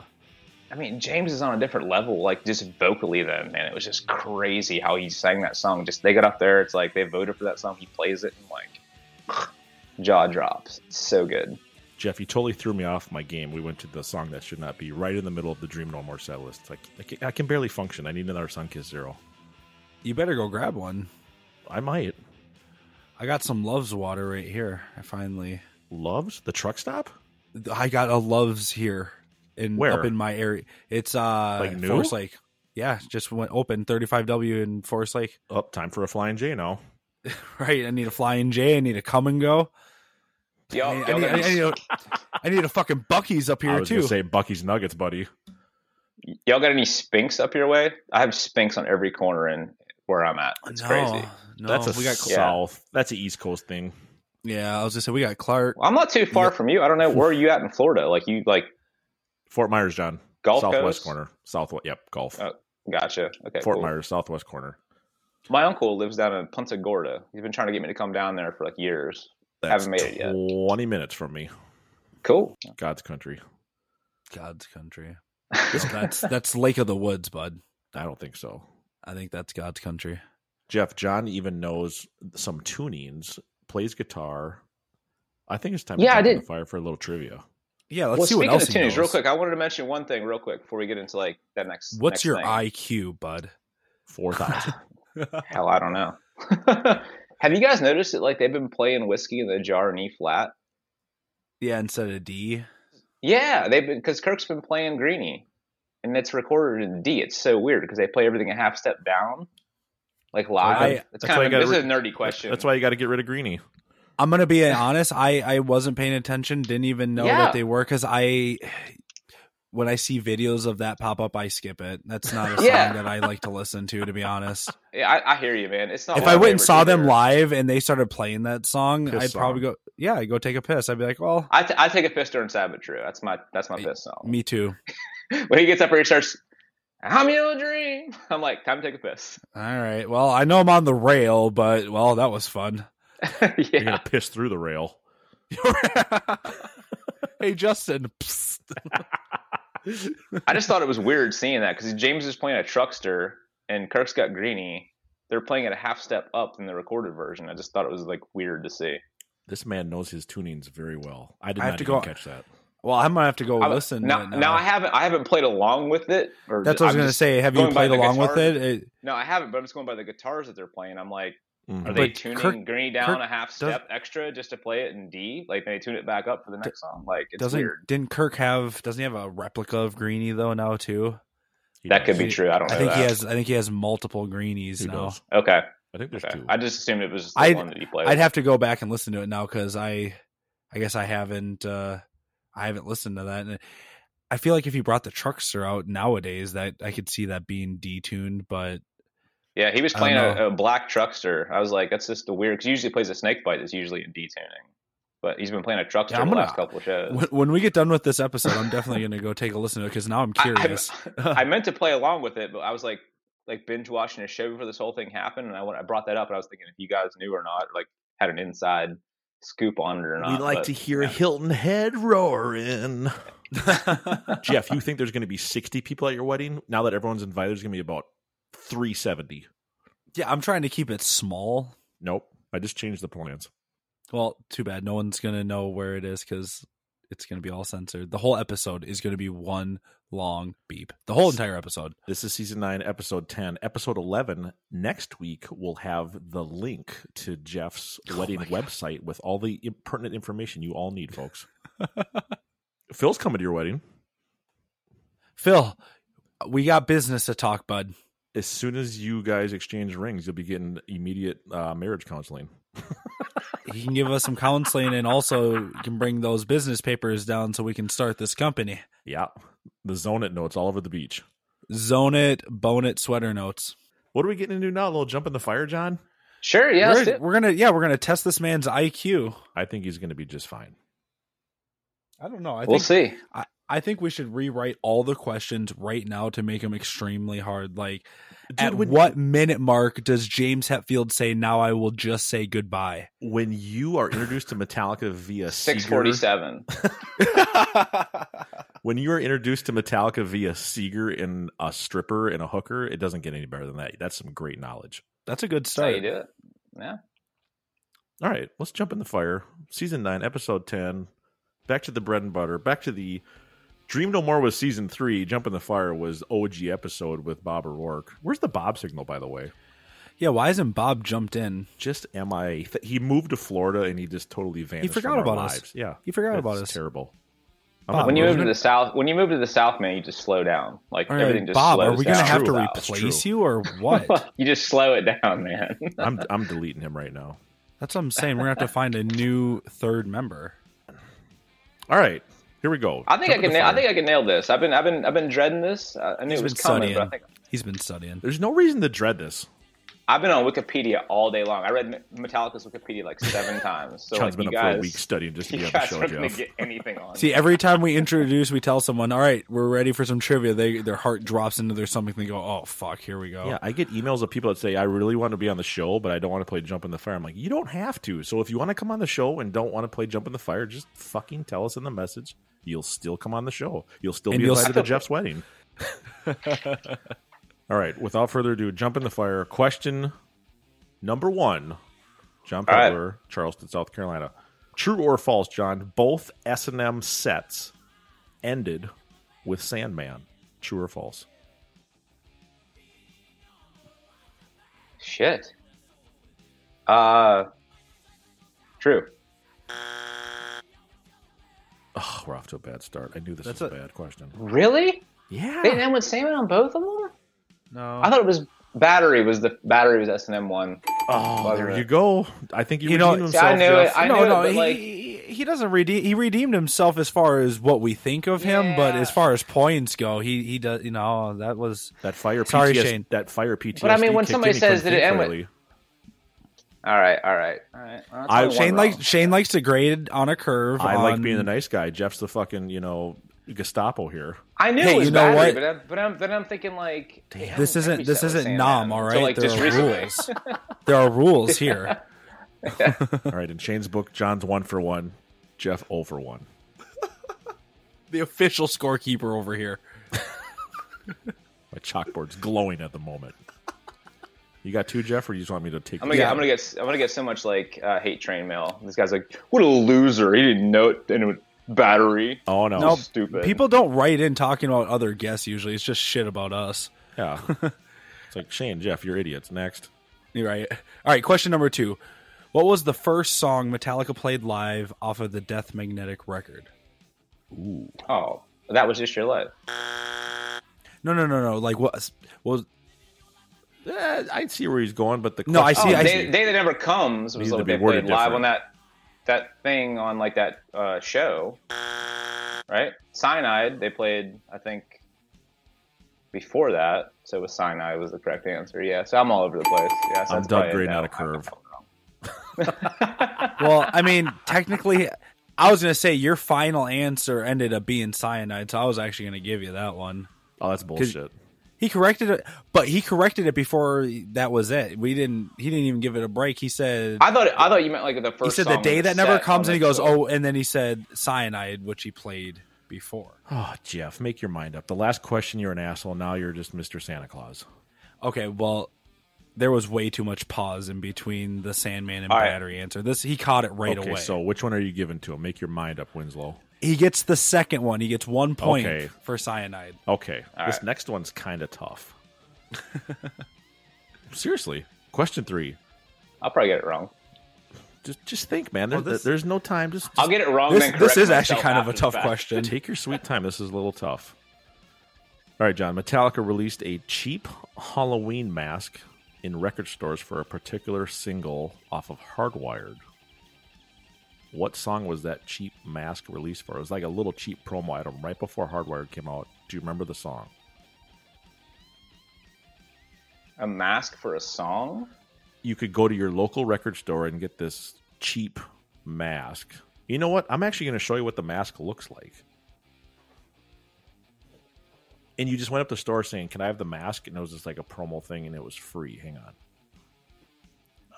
Speaker 1: I mean, James is on a different level, like just vocally. Then, man, it was just crazy how he sang that song. Just they got up there, it's like they voted for that song. He plays it, and like jaw drops. It's so good.
Speaker 16: Jeff, you totally threw me off my game. We went to the song that should not be right in the middle of the Dream No More set list. Like, I can, I can barely function. I need another Sunkiss Zero.
Speaker 17: You better go grab one.
Speaker 16: I might.
Speaker 17: I got some Love's water right here. I finally
Speaker 16: Love's the truck stop.
Speaker 17: I got a Love's here in
Speaker 16: Where?
Speaker 17: up in my area. It's uh
Speaker 16: like new?
Speaker 17: Forest Lake. Yeah, just went open 35W in Forest Lake.
Speaker 16: Up oh, time for a flying J now.
Speaker 17: right, I need a flying J. I need a come and go.
Speaker 1: Yo,
Speaker 17: I, need, I, need, I, need, I, need a, I need a fucking Bucky's up here
Speaker 16: I was
Speaker 17: too.
Speaker 16: Gonna say Bucky's Nuggets, buddy.
Speaker 1: Y'all got any Spinks up your way? I have Spinks on every corner in where I'm at. It's
Speaker 17: no,
Speaker 1: crazy.
Speaker 17: No,
Speaker 16: that's a
Speaker 17: we got
Speaker 16: South. Yeah. That's an East Coast thing.
Speaker 17: Yeah, I was just saying we got Clark.
Speaker 1: Well, I'm not too far
Speaker 17: yeah.
Speaker 1: from you. I don't know where are you at in Florida. Like you like
Speaker 16: Fort Myers, John.
Speaker 1: Golf
Speaker 16: Southwest
Speaker 1: coast?
Speaker 16: corner. Southwest. Yep, golf.
Speaker 1: Oh, gotcha. Okay.
Speaker 16: Fort
Speaker 1: cool.
Speaker 16: Myers, Southwest corner.
Speaker 1: My uncle lives down in Punta Gorda. He's been trying to get me to come down there for like years.
Speaker 16: That's
Speaker 1: Haven't made it yet.
Speaker 16: Twenty minutes from me.
Speaker 1: Cool.
Speaker 16: God's country.
Speaker 17: God's country. No, that's that's Lake of the Woods, bud.
Speaker 16: I don't think so.
Speaker 17: I think that's God's country.
Speaker 16: Jeff John even knows some tunings plays guitar. I think it's time
Speaker 1: yeah,
Speaker 16: to
Speaker 1: I did.
Speaker 16: the fire for a little trivia.
Speaker 17: Yeah, let's
Speaker 1: well,
Speaker 17: see what else.
Speaker 1: Speaking of
Speaker 17: tunes,
Speaker 1: real quick, I wanted to mention one thing real quick before we get into like that next.
Speaker 17: What's
Speaker 1: next
Speaker 17: your
Speaker 1: thing.
Speaker 17: IQ, bud?
Speaker 16: Four thousand.
Speaker 1: Hell, I don't know. Have you guys noticed that like they've been playing whiskey in the jar in E flat?
Speaker 17: Yeah, instead of D.
Speaker 1: Yeah, they've been because Kirk's been playing Greeny, and it's recorded in D. It's so weird because they play everything a half step down, like live.
Speaker 16: I-
Speaker 1: it's
Speaker 16: that's
Speaker 1: kind
Speaker 16: why
Speaker 1: of
Speaker 16: you gotta
Speaker 1: this is a
Speaker 16: re-
Speaker 1: nerdy question.
Speaker 16: That's why you got to get rid of Greeny.
Speaker 17: I'm gonna be honest. I I wasn't paying attention. Didn't even know
Speaker 1: Yeah.
Speaker 17: that they were because I when I see videos of that pop up, I skip it. That's not a song
Speaker 1: Yeah.
Speaker 17: that I like to listen to. To be honest,
Speaker 1: Yeah, Oh, I, I hear you, man. It's not.
Speaker 17: if
Speaker 1: one
Speaker 17: I
Speaker 1: of my
Speaker 17: went and
Speaker 1: favorites
Speaker 17: saw them
Speaker 1: either.
Speaker 17: live and they started playing that song,
Speaker 16: Piss
Speaker 17: I'd probably
Speaker 16: song.
Speaker 17: go. Yeah, I'd go take a piss. I'd be like, well,
Speaker 1: I, t- I take a piss during Sabbath True. That's my that's my piss song.
Speaker 17: me too.
Speaker 1: When he gets up here, he starts. I'm your dream. I'm like, time to take a piss.
Speaker 17: All right. Well, I know I'm on the rail, but well, that was fun.
Speaker 16: You're
Speaker 1: yeah.
Speaker 16: gonna piss through the rail.
Speaker 17: hey, Justin. Psst.
Speaker 1: I just thought it was weird seeing that because James is playing a truckster and Kirk's got Greeny. They're playing it a half step up than the recorded version. I just thought it was like weird to see.
Speaker 16: This man knows his tunings very well. I did
Speaker 17: I have
Speaker 16: not
Speaker 17: to
Speaker 16: even
Speaker 17: go-
Speaker 16: catch that.
Speaker 17: Well, I'm gonna have to go
Speaker 1: I-
Speaker 17: Oh, listen.
Speaker 1: now,
Speaker 17: right
Speaker 1: now I haven't I haven't played along with it. Or
Speaker 17: That's what I was
Speaker 1: I'm
Speaker 17: gonna
Speaker 1: just-
Speaker 17: say. Have you
Speaker 1: going by
Speaker 17: played
Speaker 1: the
Speaker 17: along with
Speaker 1: guitar.
Speaker 17: it? it
Speaker 1: No, I haven't. But I'm just going by the guitars that they're playing. I'm like,
Speaker 20: Mm-hmm.
Speaker 16: Mhm.
Speaker 1: are they
Speaker 17: But
Speaker 1: tuning
Speaker 17: Kirk-
Speaker 1: Greeny down
Speaker 17: Kirk
Speaker 1: a half
Speaker 17: does-
Speaker 1: step extra just to play it in D? Like they tune it back up for the next song. Like it's
Speaker 17: doesn't
Speaker 1: weird.
Speaker 17: didn't Kirk have doesn't he have a replica of Greeny though now too?
Speaker 1: He that does. could be true. I don't.
Speaker 17: I think
Speaker 1: Oh, that.
Speaker 17: he has. I think he has multiple greenies he now. Does.
Speaker 1: Okay.
Speaker 16: I think there's
Speaker 1: okay.
Speaker 16: two.
Speaker 1: I just assumed it was just the I'd, one that he played.
Speaker 17: I'd have to go back and listen to it now because I, I guess I haven't. uh I haven't listened to that. And I feel like if you brought the truckster out nowadays, that I could see that being detuned. But
Speaker 1: yeah, he was playing a, a, black truckster. I was like, that's just the weird. Because usually plays a snake bite. That's usually in detuning. But he's been playing a truckster yeah, I'm gonna, the last couple shows.
Speaker 17: When, when, we get done with this episode, I'm definitely going to go take a listen to it because now I'm curious.
Speaker 1: I, I, I, meant to play along with it, but I was like, like binge watching a show before this whole thing happened, and I, I brought that up, and I was thinking if you guys knew or not, like had an inside scoop on it or not.
Speaker 20: We like but, to hear yeah. Hilton head roaring.
Speaker 16: Jeff, you think there's going to be 60 people at your wedding? Now that everyone's invited, there's going to be about 370.
Speaker 17: Yeah, I'm trying to keep it small.
Speaker 16: Nope. I just changed the plans.
Speaker 17: Well, too bad. No one's going to know where it is because it's going to be all censored. The whole episode is going to be one long beep. The whole entire episode.
Speaker 16: This is season nine, episode 10. Episode 11, next week, we'll have the link to Jeff's oh wedding website with all the pertinent information you all need, folks. Phil's coming to your wedding.
Speaker 17: Phil, we got business to talk, bud.
Speaker 16: As soon as you guys exchange rings, you'll be getting immediate uh, marriage counseling.
Speaker 17: he can give us some counseling and also can bring those business papers down so we can start this company.
Speaker 16: Yeah. The zone it notes all over the beach.
Speaker 17: Zone it, bone it, sweater notes.
Speaker 16: What are we getting into now? A little jump in the fire, John?
Speaker 1: Sure, yeah.
Speaker 17: We're, we're gonna yeah, we're gonna test this man's IQ.
Speaker 16: I think he's gonna be just fine.
Speaker 17: I don't know. I
Speaker 1: we'll
Speaker 17: think,
Speaker 1: see.
Speaker 17: I, I think we should rewrite all the questions right now to make them extremely hard. Like, Dude, at when, what minute mark does James Hetfield say, "Now I will just say goodbye"?
Speaker 16: When you are introduced to Metallica via
Speaker 1: six forty-seven.
Speaker 16: when you are introduced to Metallica via Seeger and a stripper and a hooker, it doesn't get any better than that. That's some great knowledge.
Speaker 17: That's a good start.
Speaker 1: you do it. Yeah.
Speaker 16: All right, let's jump in the fire. Season nine, episode ten back to the bread and butter, back to the Dream No More was season three. Jump in the Fire was OG episode with Bob O'Rourke. Where's the Bob signal, by the way?
Speaker 17: Yeah, why isn't Bob jumped in?
Speaker 16: Just am I? He moved to Florida and he just totally vanished.
Speaker 17: He forgot about us.
Speaker 16: Lives. Yeah,
Speaker 17: he forgot about us.
Speaker 16: Terrible.
Speaker 1: Bob, when you move to the south, when you move to the south, man, you just slow down. Like right, everything just
Speaker 17: Bob,
Speaker 1: slows
Speaker 17: are we
Speaker 1: down.
Speaker 17: gonna have to replace you or what?
Speaker 1: you just slow it down, man.
Speaker 16: I'm I'm deleting him right now.
Speaker 17: That's what I'm saying. We're gonna have to find a new third member.
Speaker 16: All right, here we go.
Speaker 1: I think Jump I can. Nail, I think I can nail this. I've been. I've been. I've been dreading this. I, I knew He's it was coming,
Speaker 17: studying.
Speaker 1: but I think
Speaker 17: He's been studying.
Speaker 16: There's no reason to dread this.
Speaker 1: I've been on Wikipedia all day long. I read Metallica's Wikipedia like seven times. So like,
Speaker 16: John's been
Speaker 1: up
Speaker 16: guys, for a week studying just to be on the show, Jeff.
Speaker 1: Get anything on.
Speaker 17: See, every time we introduce, we tell someone, "All right, we're ready for some trivia." They their heart drops into their stomach. They go, "Oh fuck, here we go."
Speaker 16: Yeah, I get emails of people that say, "I really want to be on the show, but I don't want to play Jump in the Fire." I'm like, "You don't have to." So if you want to come on the show and don't want to play Jump in the Fire, just fucking tell us in the message. You'll still come on the show. You'll still and be invited still- to Jeff's wedding. All right. Without further ado, jump in the fire. Question number one: John Butler, right. Charleston, South Carolina. True or false, John? Both S and M sets ended with Sandman. True or false?
Speaker 1: Shit. Uh, true.
Speaker 16: Oh, we're off to a bad start. I knew this That's was a, a bad question.
Speaker 1: Really?
Speaker 16: Yeah.
Speaker 1: They end with Sandman on both of them.
Speaker 17: No,
Speaker 1: I thought it was battery was the battery was S and M one.
Speaker 16: Oh, there it. you go. I think you, you redeemed know, himself.
Speaker 1: I knew
Speaker 16: Jeff.
Speaker 1: it. I
Speaker 17: no,
Speaker 1: knew
Speaker 17: no,
Speaker 1: it.
Speaker 17: He,
Speaker 1: like...
Speaker 17: he doesn't redeem. He redeemed himself as far as what we think of him,
Speaker 1: Yeah.
Speaker 17: but as far as points go, he he does. You know, that was
Speaker 16: that fire.
Speaker 17: Sorry,
Speaker 16: PTS,
Speaker 17: Shane.
Speaker 16: That fire PTSD.
Speaker 1: But I mean, when
Speaker 16: kicked
Speaker 1: somebody
Speaker 16: in, he
Speaker 1: says that
Speaker 16: couldn't
Speaker 1: it
Speaker 16: think
Speaker 1: end with-
Speaker 16: clearly.
Speaker 1: All right, all right, all right. Well, that's
Speaker 16: I-
Speaker 1: only one
Speaker 17: Shane likes
Speaker 1: wrong.
Speaker 17: Shane likes to grade on a curve.
Speaker 16: I like
Speaker 17: on-
Speaker 16: being the nice guy. Jeff's the fucking you know Gestapo here.
Speaker 1: I knew
Speaker 17: Hey,
Speaker 1: it was
Speaker 17: you know
Speaker 1: battery,
Speaker 17: what?
Speaker 1: but I'm, but I'm, then I'm thinking like, damn,
Speaker 17: This isn't
Speaker 1: maybe
Speaker 17: this
Speaker 1: so is
Speaker 17: isn't
Speaker 1: Sandman.
Speaker 17: nom. All right,
Speaker 1: So, like,
Speaker 17: there
Speaker 1: just
Speaker 17: are
Speaker 1: recently.
Speaker 17: rules. there are rules here.
Speaker 16: All right, in Shane's book, John's one for one, Jeff zero for one.
Speaker 17: The official scorekeeper over here.
Speaker 16: My chalkboard's glowing at the moment. You got two, Jeff, or you just want me to take?
Speaker 1: I'm gonna, get, I'm gonna get I'm gonna get so much like uh, hate train mail. This guy's like, what a loser! He didn't know it, and it would battery.
Speaker 16: Oh no!
Speaker 17: Nope.
Speaker 1: Stupid.
Speaker 17: People don't write in talking about other guests. Usually, it's just shit about us.
Speaker 16: Yeah. it's like Shane, Jeff, you're idiots. Next.
Speaker 17: You're right. All right. Question number two: What was the first song Metallica played live off of the Death Magnetic record?
Speaker 16: Ooh.
Speaker 1: Oh, that was just your life.
Speaker 17: No, no, no, no. Like what? Well,
Speaker 16: eh, I see where he's going, but the
Speaker 17: no, I see,
Speaker 1: oh,
Speaker 17: I
Speaker 1: day,
Speaker 17: see.
Speaker 1: day that never comes was
Speaker 16: Needs to
Speaker 1: like
Speaker 16: be
Speaker 1: they
Speaker 16: worded
Speaker 1: played live
Speaker 16: different.
Speaker 1: on that that thing on like that uh, show, right? Cyanide. They played, I think, before that, so it was cyanide was the correct answer. Yeah, so I'm all over the place. Yeah, so
Speaker 16: I'm
Speaker 1: that's
Speaker 16: Doug
Speaker 1: probably
Speaker 16: Gray,
Speaker 1: it
Speaker 16: not
Speaker 1: now.
Speaker 16: a curve.
Speaker 17: Well, I mean, technically, I was gonna say your final answer ended up being cyanide, so I was actually gonna give you that one.
Speaker 16: Oh, that's bullshit.
Speaker 17: He corrected it, but he corrected it before that was it. We didn't. He didn't even give it a break. He said.
Speaker 1: I thought I thought you meant like the
Speaker 17: he
Speaker 1: first.
Speaker 17: said the
Speaker 1: song
Speaker 17: day
Speaker 1: on
Speaker 17: that never
Speaker 1: set
Speaker 17: comes,
Speaker 1: on
Speaker 17: and he
Speaker 1: the
Speaker 17: goes,
Speaker 1: show.
Speaker 17: "Oh," and then he said cyanide, which he played before.
Speaker 16: Oh, Jeff, make your mind up. The last question, you're an asshole. Now you're just Mr. Santa Claus.
Speaker 17: Okay, well, there was way too much pause in between the Sandman and
Speaker 16: All right.
Speaker 17: Battery answer. This he caught it right
Speaker 16: okay,
Speaker 17: away.
Speaker 16: so which one are you giving to him? Make your mind up, Winslow.
Speaker 17: he gets the second one. He gets one point
Speaker 16: Okay.
Speaker 17: for cyanide.
Speaker 16: Okay,
Speaker 1: All
Speaker 16: this
Speaker 1: right.
Speaker 16: next one's kind of tough. Seriously, question three.
Speaker 1: I'll probably get it wrong.
Speaker 16: Just, just think, man. There,
Speaker 17: Oh, this-
Speaker 16: there's no time. Just,
Speaker 1: I'll get it wrong.
Speaker 17: This,
Speaker 1: then
Speaker 17: this
Speaker 1: correct
Speaker 17: is actually
Speaker 1: myself
Speaker 17: kind of a
Speaker 1: after the
Speaker 17: tough
Speaker 1: fact.
Speaker 17: question.
Speaker 16: Take your sweet time. This is a little tough. All right, John. Metallica released a cheap Halloween mask in record stores for a particular single off of Hardwired. What song was that cheap mask released for? It was like a little cheap promo item right before Hardwired came out. Do you remember the song?
Speaker 1: A mask for a song.
Speaker 16: You could go to your local record store and get this cheap mask. You know what? I'm actually going to show you what the mask looks like. And you just went up to the store saying, "Can I have the mask?" And it was just like a promo thing, and it was free. Hang on.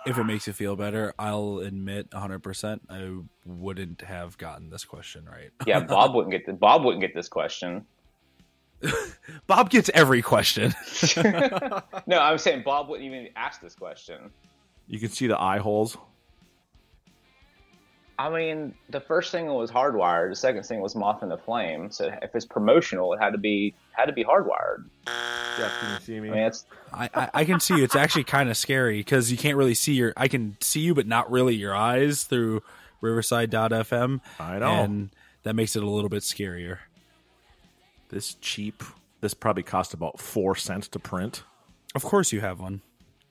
Speaker 17: If it makes you feel better, I'll admit 100% I wouldn't have gotten this question right.
Speaker 1: Yeah, Bob wouldn't get the, Bob wouldn't get this question.
Speaker 17: Bob gets every question.
Speaker 1: No, I'm saying Bob wouldn't even ask this question.
Speaker 16: You can see the eye holes.
Speaker 1: I mean, the first single was Hardwired. The second single was Moth and the Flame. So if it's promotional, it had to be had to be Hardwired.
Speaker 16: Jeff, can you see
Speaker 1: I mean, it's
Speaker 17: I, I, I can see you. It's actually kind of scary because you can't really see your. I can see you, but not really your eyes through Riverside.fm.
Speaker 16: I know.
Speaker 17: And that makes it a little bit scarier.
Speaker 16: This cheap. This probably cost about four cents to print.
Speaker 17: Of course, you have one.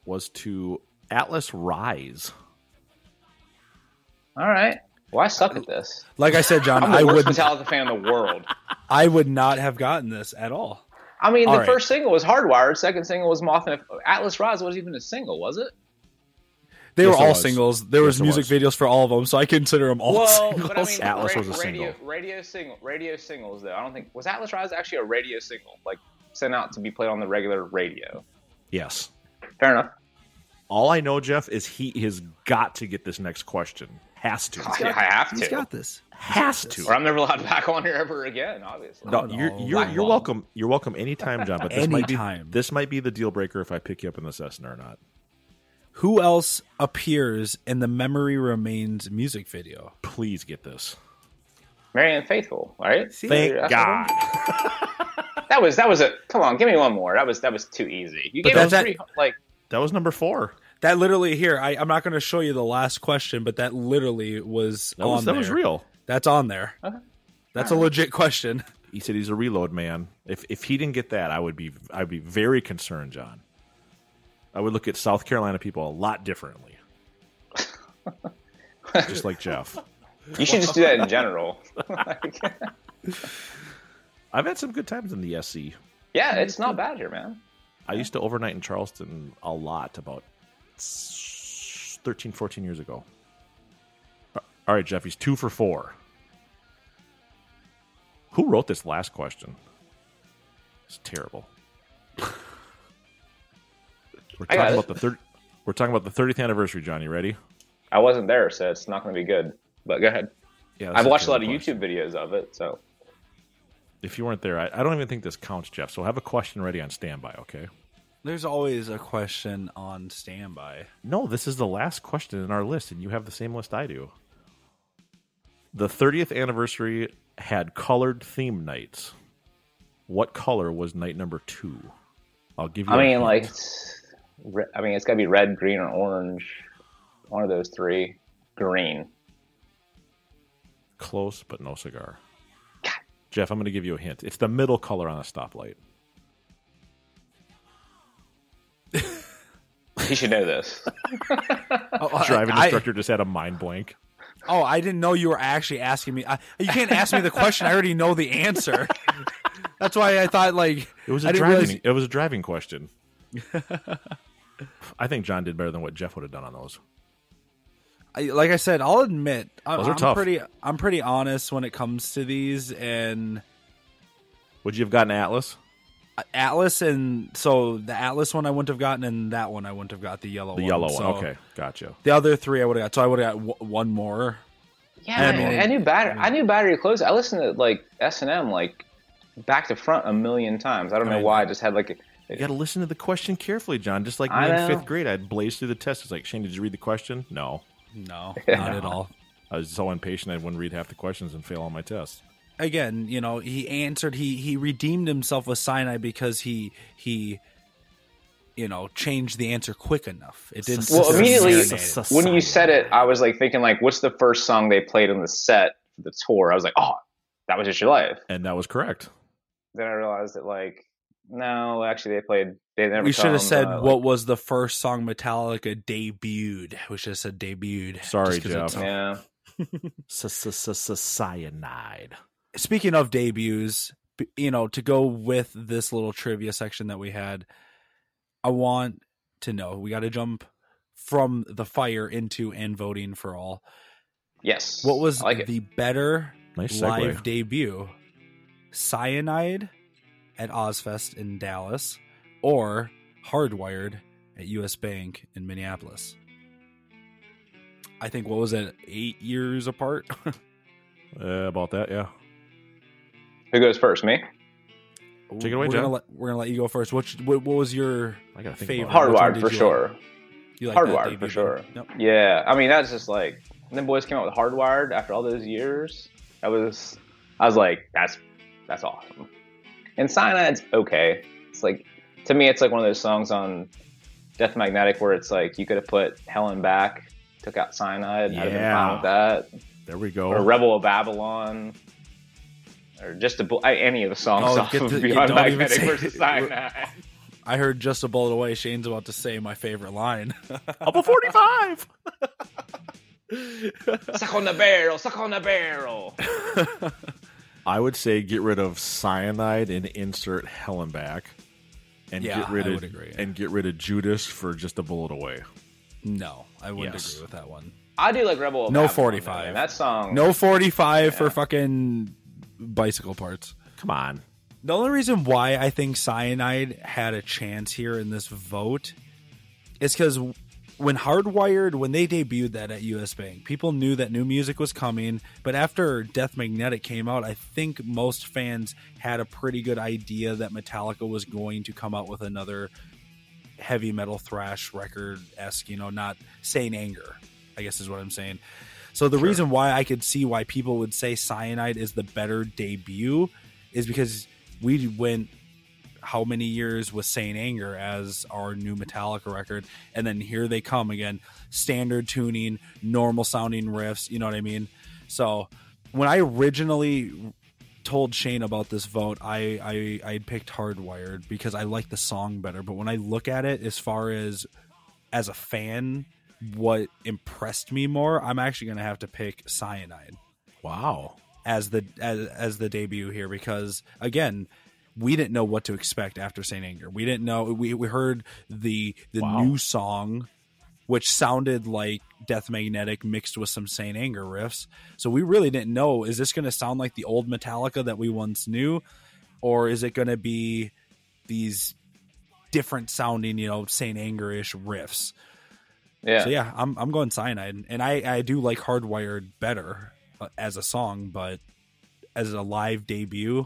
Speaker 16: Was to Atlas Rise.
Speaker 1: all right. Well, I suck at this.
Speaker 17: Like I said, John,
Speaker 1: I'm the
Speaker 17: I
Speaker 1: worst
Speaker 17: would
Speaker 1: Metallica fan in the world.
Speaker 17: I would not have gotten this at all.
Speaker 1: I mean,
Speaker 17: All
Speaker 1: the
Speaker 17: right.
Speaker 1: first single was Hardwired. Second single was Moth and Atlas Rise wasn't even a single, was it?
Speaker 17: They
Speaker 16: Yes,
Speaker 17: were
Speaker 16: it
Speaker 17: all
Speaker 16: was.
Speaker 17: singles. There
Speaker 16: Yes,
Speaker 17: was
Speaker 16: it
Speaker 17: music
Speaker 16: was.
Speaker 17: videos for all of them, so I consider them all
Speaker 1: Well,
Speaker 17: singles.
Speaker 1: but I mean,
Speaker 16: Atlas was a
Speaker 1: radio,
Speaker 16: single.
Speaker 1: Radio single, radio singles though. I don't think was Atlas Rise actually a radio single, like sent out to be played on the regular radio.
Speaker 16: Yes.
Speaker 1: Fair enough.
Speaker 16: All I know, Jeff, is he has got to get this next question. Has to.
Speaker 1: Yeah, I have
Speaker 17: He's
Speaker 1: to,
Speaker 17: got this.
Speaker 16: Has to.
Speaker 1: or I'm never allowed back on here ever again. Obviously.
Speaker 16: No, you're
Speaker 17: no.
Speaker 16: you're,
Speaker 1: Black
Speaker 16: you're
Speaker 1: ball.
Speaker 16: welcome. You're welcome anytime, John. But this might be
Speaker 17: Anytime.
Speaker 16: this might be the deal breaker if I pick you up in the Cessna or not.
Speaker 17: Who else appears in the Memory Remains music video?
Speaker 16: Please get this.
Speaker 1: Marianne Faithful, right?
Speaker 16: Thank
Speaker 1: That's the
Speaker 16: God.
Speaker 1: one. That was that was a come on, give me one more. That was that was too easy. You
Speaker 17: But
Speaker 1: gave us
Speaker 17: that's-
Speaker 1: three like
Speaker 16: That was number four.
Speaker 17: That literally here. I, I'm not going to show you the last question, but that literally was
Speaker 16: That
Speaker 17: on
Speaker 16: was that was
Speaker 17: there.
Speaker 16: real.
Speaker 17: That's on there. That's a legit question.
Speaker 16: He said he's a reload man. If if he didn't get that, I would be I'd be very concerned, John. I would look at South Carolina people a lot differently. Just like Jeff.
Speaker 1: you should just do that in general. like,
Speaker 16: I've had some good times in the SC.
Speaker 1: yeah, it's not bad here, man.
Speaker 16: I used to overnight in Charleston a lot about s- 13, 14 years ago. All right, Jeff, he's two for four. Who wrote this last question? It's terrible. We're
Speaker 1: I got
Speaker 16: talking
Speaker 1: it.
Speaker 16: about the third. We're talking about the 30th anniversary, John. You ready?
Speaker 1: I wasn't there, so it's not going to be good. But go ahead.
Speaker 16: Yeah,
Speaker 1: I've watched a lot of YouTube videos of it, so
Speaker 16: If you weren't there, I, I don't even think this counts, Jeff. So have a question ready on standby, okay?
Speaker 17: There's always a question on standby.
Speaker 16: No, this is the last question in our list, and you have the same list I do. The 30th anniversary had colored theme nights. What color was night number two? I'll give you.
Speaker 1: I
Speaker 16: a
Speaker 1: mean,
Speaker 16: hint.
Speaker 1: like, it's re- I mean, it's got to be red, green, or orange. One of those three. Green.
Speaker 16: close, but no cigar. Jeff, I'm going to give you a hint. It's the middle color on a stoplight.
Speaker 1: he should know this.
Speaker 16: oh, Driving I, instructor I, just had a mind blank.
Speaker 17: Oh, I didn't know you were actually asking me. I, you can't ask me the question. I already know the answer. That's why I thought like
Speaker 16: it was
Speaker 17: a
Speaker 16: driving. Realize... It was a driving question. I think John did better than what Jeff would have done on those.
Speaker 17: I, like I said, I'll admit I'm,
Speaker 16: those are
Speaker 17: I'm
Speaker 16: tough.
Speaker 17: pretty. I'm pretty honest when it comes to these. And
Speaker 16: would you have gotten Atlas?
Speaker 17: Atlas and so the Atlas one I wouldn't have gotten, and that one I wouldn't have got the yellow.
Speaker 16: The
Speaker 17: one.
Speaker 16: yellow
Speaker 17: Oh, so
Speaker 16: one, okay, gotcha.
Speaker 17: The other three I would have got, so I would have got w- one more.
Speaker 1: Yeah, I, mean, I knew battery. I knew battery close. I listened to like S and M like back to front a million times. I don't know I why. I just had like. A,
Speaker 16: you got to listen to the question carefully, John. Just like me in fifth grade, I'd blaze through the test. It's like Shane, did you read the question? No,
Speaker 17: no, not at all.
Speaker 16: I was so impatient I wouldn't read half the questions and fail all my tests
Speaker 17: again, you know, he answered. He he redeemed himself with Sinai because he he, you know, changed the answer quick enough. It didn't.
Speaker 1: Well, immediately when you said it, I was like thinking, like, what's the first song they played on the set for the tour? I was like, oh, that was just your life,
Speaker 16: and that was correct.
Speaker 1: Then I realized that, like, no, actually, they played. They never.
Speaker 17: We should have
Speaker 1: them,
Speaker 17: said
Speaker 1: uh,
Speaker 17: what was the first song Metallica debuted. We should have said debuted.
Speaker 16: Sorry, Jeff.
Speaker 1: Yeah.
Speaker 16: Cyanide
Speaker 17: speaking of debuts, you know, to go with this little trivia section that we had, I want to know. We got to jump from the fire into and voting for all.
Speaker 1: Yes.
Speaker 17: What was
Speaker 1: I like
Speaker 17: the
Speaker 1: it.
Speaker 17: better
Speaker 16: nice
Speaker 17: live debut? Cyanide at Ozfest in Dallas or Hardwired at US Bank in Minneapolis? I think what was it, eight years apart?
Speaker 16: uh, about that, yeah.
Speaker 1: Who goes first? Me.
Speaker 16: Take it away,
Speaker 17: we're
Speaker 16: John.
Speaker 17: Gonna let, we're gonna let you go first. Which, what, what was your
Speaker 16: I gotta think
Speaker 17: favorite?
Speaker 1: Hardwired for sure.
Speaker 17: You like
Speaker 1: Hardwired
Speaker 17: that
Speaker 1: for sure.
Speaker 17: Yep.
Speaker 1: Yeah, I mean that's just like then boys came out with Hardwired after all those years. That was I was like that's that's awesome. And Cyanide's okay. It's like to me it's like one of those songs on Death Magnetic where it's like you could have put Helen back, took out Cyanide, yeah. Oh. I'd have been fine with that.
Speaker 16: There we go.
Speaker 1: Or Rebel of Babylon or just a bu- any of the songs
Speaker 17: Oh,
Speaker 1: off
Speaker 17: get
Speaker 1: of
Speaker 17: the-
Speaker 1: Beyond
Speaker 17: don't even
Speaker 1: Magnetic
Speaker 17: say
Speaker 1: versus
Speaker 17: it.
Speaker 1: Cyanide.
Speaker 17: I heard just a bullet away. Shane's about to say my favorite line.
Speaker 16: Up a forty-five.
Speaker 1: suck on the barrel, suck on the barrel.
Speaker 16: I would say get rid of cyanide and insert Helen back, and
Speaker 17: Yeah,
Speaker 16: get rid
Speaker 17: I
Speaker 16: of
Speaker 17: would agree, yeah.
Speaker 16: and get rid of Judas for just a bullet away.
Speaker 17: no, I wouldn't
Speaker 16: Yes.
Speaker 17: agree with that one.
Speaker 1: I do like Rebel. of
Speaker 17: No
Speaker 1: Babylon,
Speaker 17: 45.
Speaker 1: man. That song.
Speaker 17: No forty-five for fucking bicycle parts.
Speaker 16: Come on,
Speaker 17: The only reason why I think Cyanide had a chance here in this vote is because when Hardwired, when they debuted that at US Bank, people knew that new music was coming. But after Death Magnetic came out, I think most fans had a pretty good idea that Metallica was going to come out with another heavy metal thrash record esque, you know, not Sane Anger, I guess is what I'm saying. So the reason why I could see why people would say Cyanide is the better debut is because we went how many years with Saint Anger as our new Metallica record, and then here they come again, standard tuning, normal sounding riffs. You know what I mean? So when I originally told Shane about this vote, I I, I picked Hardwired because I like the song better. But when I look at it, as far as as a fan, what impressed me more, I'm actually gonna have to pick Cyanide
Speaker 16: wow.
Speaker 17: as the as, as the debut here because again we didn't know what to expect after Saint Anger. We didn't know we, we heard the the
Speaker 16: Wow.
Speaker 17: new song which sounded like Death Magnetic mixed with some Saint Anger riffs. So we really didn't know is this going to sound like the old Metallica that we once knew or is it going to be these different sounding, you know, Saint Anger-ish riffs.
Speaker 1: Yeah.
Speaker 17: So yeah, I'm I'm going cyanide, and I I do like Hardwired better uh, as a song, but as a live debut,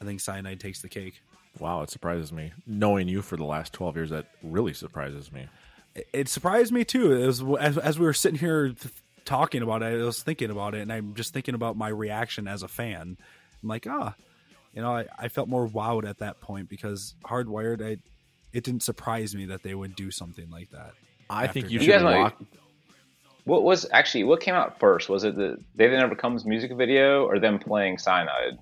Speaker 17: I think cyanide takes the cake.
Speaker 16: Wow, it surprises me. Knowing you for the last 12 years, that really surprises me.
Speaker 17: It, it surprised me too. It was as as we were sitting here th- talking about it, I was thinking about it, and I'm just thinking about my reaction as a fan. I'm like, ah, you know, I, I felt more wowed at that point because Hardwired, I it didn't surprise me that they would do something like that.
Speaker 16: I
Speaker 17: After
Speaker 16: think you
Speaker 17: you
Speaker 16: should
Speaker 1: guys might-
Speaker 16: lock.
Speaker 1: What was actually what came out first? Was it the They That Never Comes music video or them playing Cyanide?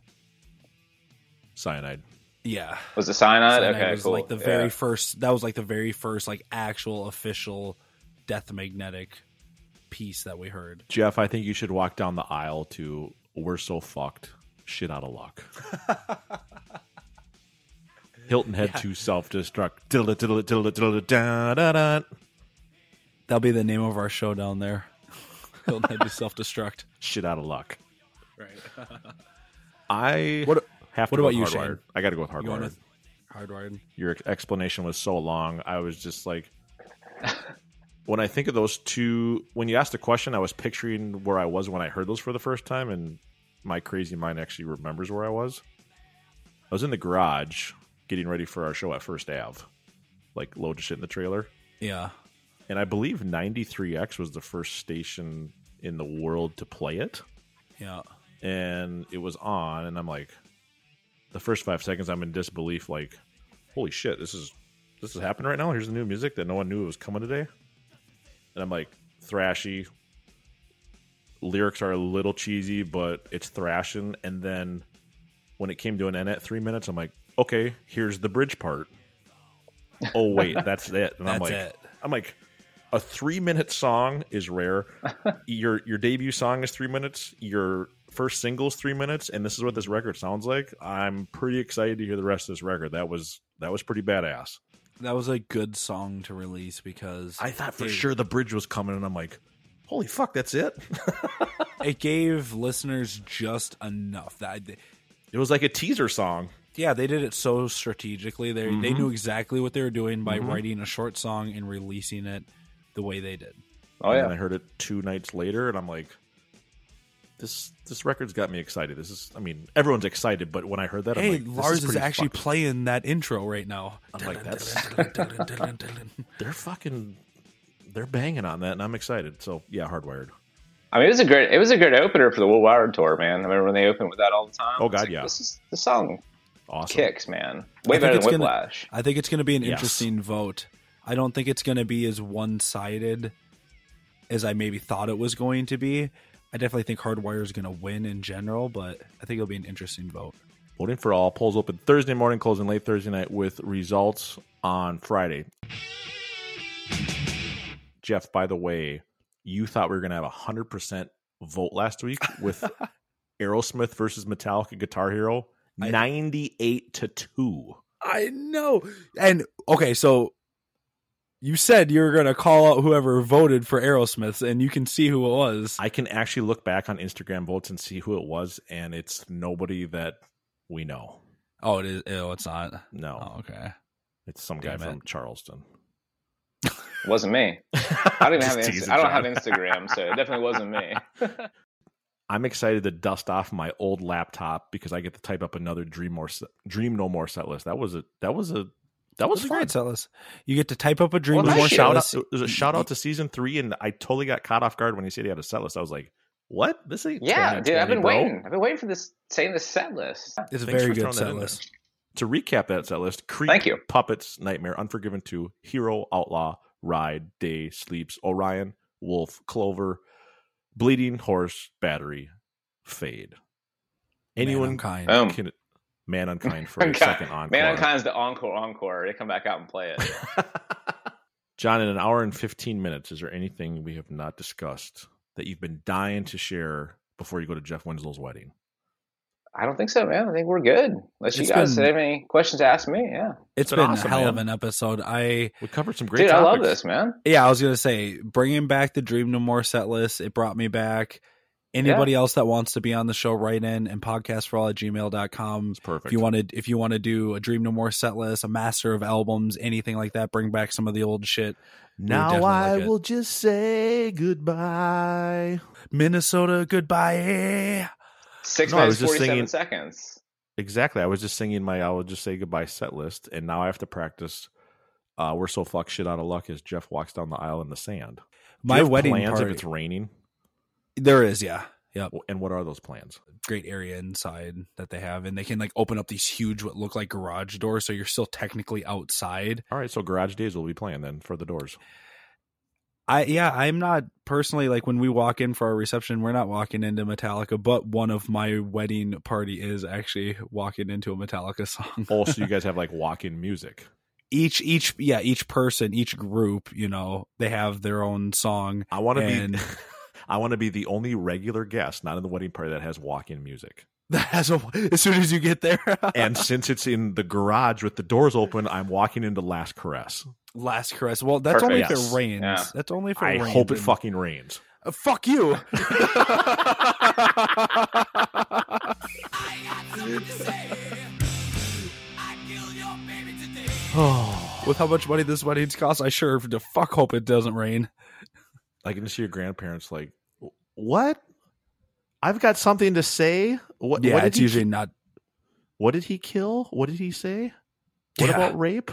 Speaker 16: Cyanide.
Speaker 17: Yeah.
Speaker 1: Was the cyanide?
Speaker 17: Cyanide
Speaker 1: okay,
Speaker 17: was
Speaker 1: cool.
Speaker 17: like the
Speaker 1: yeah.
Speaker 17: very first. That was like the very first like actual official Death Magnetic piece that we heard.
Speaker 16: Jeff, I think you should walk down the aisle to "We're so fucked, shit out of luck." Hilton Head to self destruct. Dilla dilla dilla dilla da da da.
Speaker 17: That'll be the name of our show down there. Hilton Head to self destruct.
Speaker 16: Shit out of luck.
Speaker 17: Right.
Speaker 16: I
Speaker 17: What-
Speaker 16: have to
Speaker 17: what
Speaker 16: go
Speaker 17: about
Speaker 16: with
Speaker 17: you,
Speaker 16: hardwired.
Speaker 17: Shane?
Speaker 16: I got to go with
Speaker 17: You want
Speaker 16: hardwired.
Speaker 17: to hardwired?
Speaker 16: Your explanation was so long. I was just like, when I think of those two, when you asked the question, I was picturing where I was when I heard those for the first time, and my crazy mind actually remembers where I was. I was in the garage getting ready for our show at First Ave, like load of shit in the trailer.
Speaker 17: Yeah.
Speaker 16: And I believe 93X was the first station in the world to play it
Speaker 17: Yeah.
Speaker 16: and it was on and i'm like the first five seconds i'm in disbelief like holy shit this is this is happening right now here's the new music that no one knew was coming today and i'm like thrashy lyrics are a little cheesy but it's thrashing and then when it came to an end at three minutes i'm like okay here's the bridge part oh wait that's it and i'm
Speaker 17: That's
Speaker 16: like
Speaker 17: it.
Speaker 16: i'm like a three minute song is rare. your your debut song is three minutes. Your first single is three minutes, and this is what this record sounds like. I'm pretty excited to hear the rest of this record. That was that was pretty badass.
Speaker 17: That was a good song to release because
Speaker 16: I thought for
Speaker 17: it-
Speaker 16: sure the bridge was coming, and I'm like, holy fuck, that's it.
Speaker 17: it gave listeners just enough that
Speaker 16: it was like a teaser song.
Speaker 17: yeah they did it so strategically they they
Speaker 16: Mhm.
Speaker 17: knew exactly what they were doing by
Speaker 16: Mhm.
Speaker 17: writing a short song and releasing it the way they did
Speaker 1: Oh
Speaker 16: and
Speaker 1: yeah.
Speaker 16: then I heard it two nights later, and I'm like, this this record's got me excited. This is, I mean, everyone's excited, but when I heard that,
Speaker 17: hey
Speaker 16: I'm like, this
Speaker 17: lars is,
Speaker 16: pretty
Speaker 17: actually
Speaker 16: fucking-
Speaker 17: playing that intro right now
Speaker 16: I'm like, that's- they're fucking they're banging on that and i'm excited so yeah hardwired
Speaker 1: I mean, it was a great. It was a great opener for the World Wire Tour, man. I remember when they opened with that all the time.
Speaker 16: Oh,
Speaker 1: It's
Speaker 16: God,
Speaker 1: like,
Speaker 16: yeah.
Speaker 1: This is the song
Speaker 16: awesome
Speaker 1: kicks, man. Way
Speaker 17: I think
Speaker 1: better than
Speaker 17: it's gonna-
Speaker 1: Whiplash.
Speaker 17: I think it's going to be an
Speaker 16: Yes.
Speaker 17: interesting vote. I don't think it's going to be as one sided as I maybe thought it was going to be. I definitely think Hardwire is going to win in general, but I think it'll be an interesting vote.
Speaker 16: voting for all polls open thursday morning closing late thursday night with results on friday jeff by the way you thought we were going to have a 100% vote last week with aerosmith versus metallica guitar hero 98 to 2
Speaker 17: I know. And okay, so you said you were going to call out whoever voted for Aerosmith, and you can see who it was.
Speaker 16: i can actually look back on instagram votes and see who it was and it's nobody that we know
Speaker 17: Oh, it is. Oh, it's not.
Speaker 16: no
Speaker 17: Oh, okay.
Speaker 16: it's some guy
Speaker 17: Damn it.
Speaker 16: from charleston
Speaker 1: It wasn't me. I don't even
Speaker 16: Just
Speaker 1: have. Inst-
Speaker 16: teasing,
Speaker 1: I don't
Speaker 16: John.
Speaker 1: have Instagram, so it definitely wasn't me.
Speaker 16: I'm excited to dust off my old laptop because I get to type up another Dream More Dream No More set list. That was a that was a that was
Speaker 17: That's
Speaker 16: fun.
Speaker 17: great, Celis. You get to type up a dream.
Speaker 16: Well,
Speaker 17: no
Speaker 16: nice
Speaker 17: more
Speaker 16: shout out.
Speaker 17: Celis.
Speaker 16: It was a shout out to season three, and I totally got caught off guard when he said he had a set list. I was like, "What? This ain't
Speaker 1: Yeah, dude. I've
Speaker 16: 2020,
Speaker 1: been
Speaker 16: bro."
Speaker 1: waiting. I've been waiting for this. Saying this set list.
Speaker 17: It's a
Speaker 16: Thanks for
Speaker 17: very
Speaker 16: throwing that
Speaker 17: good set
Speaker 16: in
Speaker 17: list.
Speaker 16: To recap that set list: Creep,
Speaker 1: Thank you.
Speaker 16: Puppets, Nightmare, Unforgiven Two, Hero, Outlaw, Ride, Day, Sleeps, Orion, Wolf, Clover, Bleeding Horse, Battery, Fade. Anyone
Speaker 17: kind.
Speaker 1: Boom.
Speaker 16: can man unkind for a
Speaker 1: Okay.
Speaker 16: second encore.
Speaker 1: Mankind's the encore, encore. They come back out and play it.
Speaker 16: John, in an hour and fifteen minutes, is there anything we have not discussed that you've been dying to share before you go to Jeff Winslow's wedding?
Speaker 1: I don't think so, man. I think we're good. Unless you
Speaker 17: It's
Speaker 1: guys
Speaker 17: been-
Speaker 1: have any questions to ask me, yeah.
Speaker 17: it's
Speaker 16: been
Speaker 17: been,
Speaker 16: awesome,
Speaker 17: a hell of
Speaker 16: man.
Speaker 17: an episode. I
Speaker 16: We covered some great.
Speaker 1: Dude, I love
Speaker 16: topics.
Speaker 1: this, man.
Speaker 17: yeah, I was gonna say bringing back the Dream No More set list. It brought me back. Anybody else that wants to be on the show, write in and podcast for all at gmail.com.
Speaker 16: It's perfect.
Speaker 17: If you wanted if you want to do a Dream No More set list, a master of albums, anything like that, bring back some of the old shit. would
Speaker 20: Now
Speaker 17: definitely
Speaker 20: I
Speaker 17: like it.
Speaker 20: will just say goodbye.
Speaker 17: Minnesota, goodbye.
Speaker 1: Six
Speaker 16: No, I
Speaker 1: minutes
Speaker 16: was just
Speaker 1: forty-seven
Speaker 16: singing-
Speaker 1: seconds.
Speaker 16: Exactly. I was just singing my I will just say goodbye set list, and now I have to practice. Uh, we're so fuck shit out of luck as Jeff walks down the aisle in the sand. Do you
Speaker 17: My
Speaker 16: have
Speaker 17: wedding
Speaker 16: plans
Speaker 17: party.
Speaker 16: if it's raining,
Speaker 17: there is, yeah. Yep.
Speaker 16: and what are those plans?
Speaker 17: Great area inside that they have. And they can like open up these huge what look like garage doors, so you're still technically outside.
Speaker 16: All right, so Garage Days will be playing then for the doors.
Speaker 17: I yeah, I'm not personally like when we walk in for our reception, we're not walking into Metallica, but one of my wedding party is actually walking into a Metallica song.
Speaker 16: oh, so you guys have like walk-in music.
Speaker 17: Each each yeah, each person, each group, you know, they have their own song.
Speaker 16: I want to and... be I want to be the only regular guest not in the wedding party that has walk-in music.
Speaker 17: That has a as soon as you get there.
Speaker 16: and since it's in the garage with the doors open, I'm walking into Last Caress.
Speaker 17: Last caress. Well, that's Perfect. only if yes. it rains. Yeah. That's only if it
Speaker 16: I
Speaker 17: rains.
Speaker 16: hope it fucking rains.
Speaker 17: Uh, fuck you. oh, with how much money this wedding's cost, I sure to fuck hope it doesn't rain.
Speaker 16: I can see your grandparents like, what? I've got something to say. What?
Speaker 17: Yeah,
Speaker 16: what
Speaker 17: it's usually ki- not.
Speaker 16: What did he kill? What did he say? What yeah. about rape?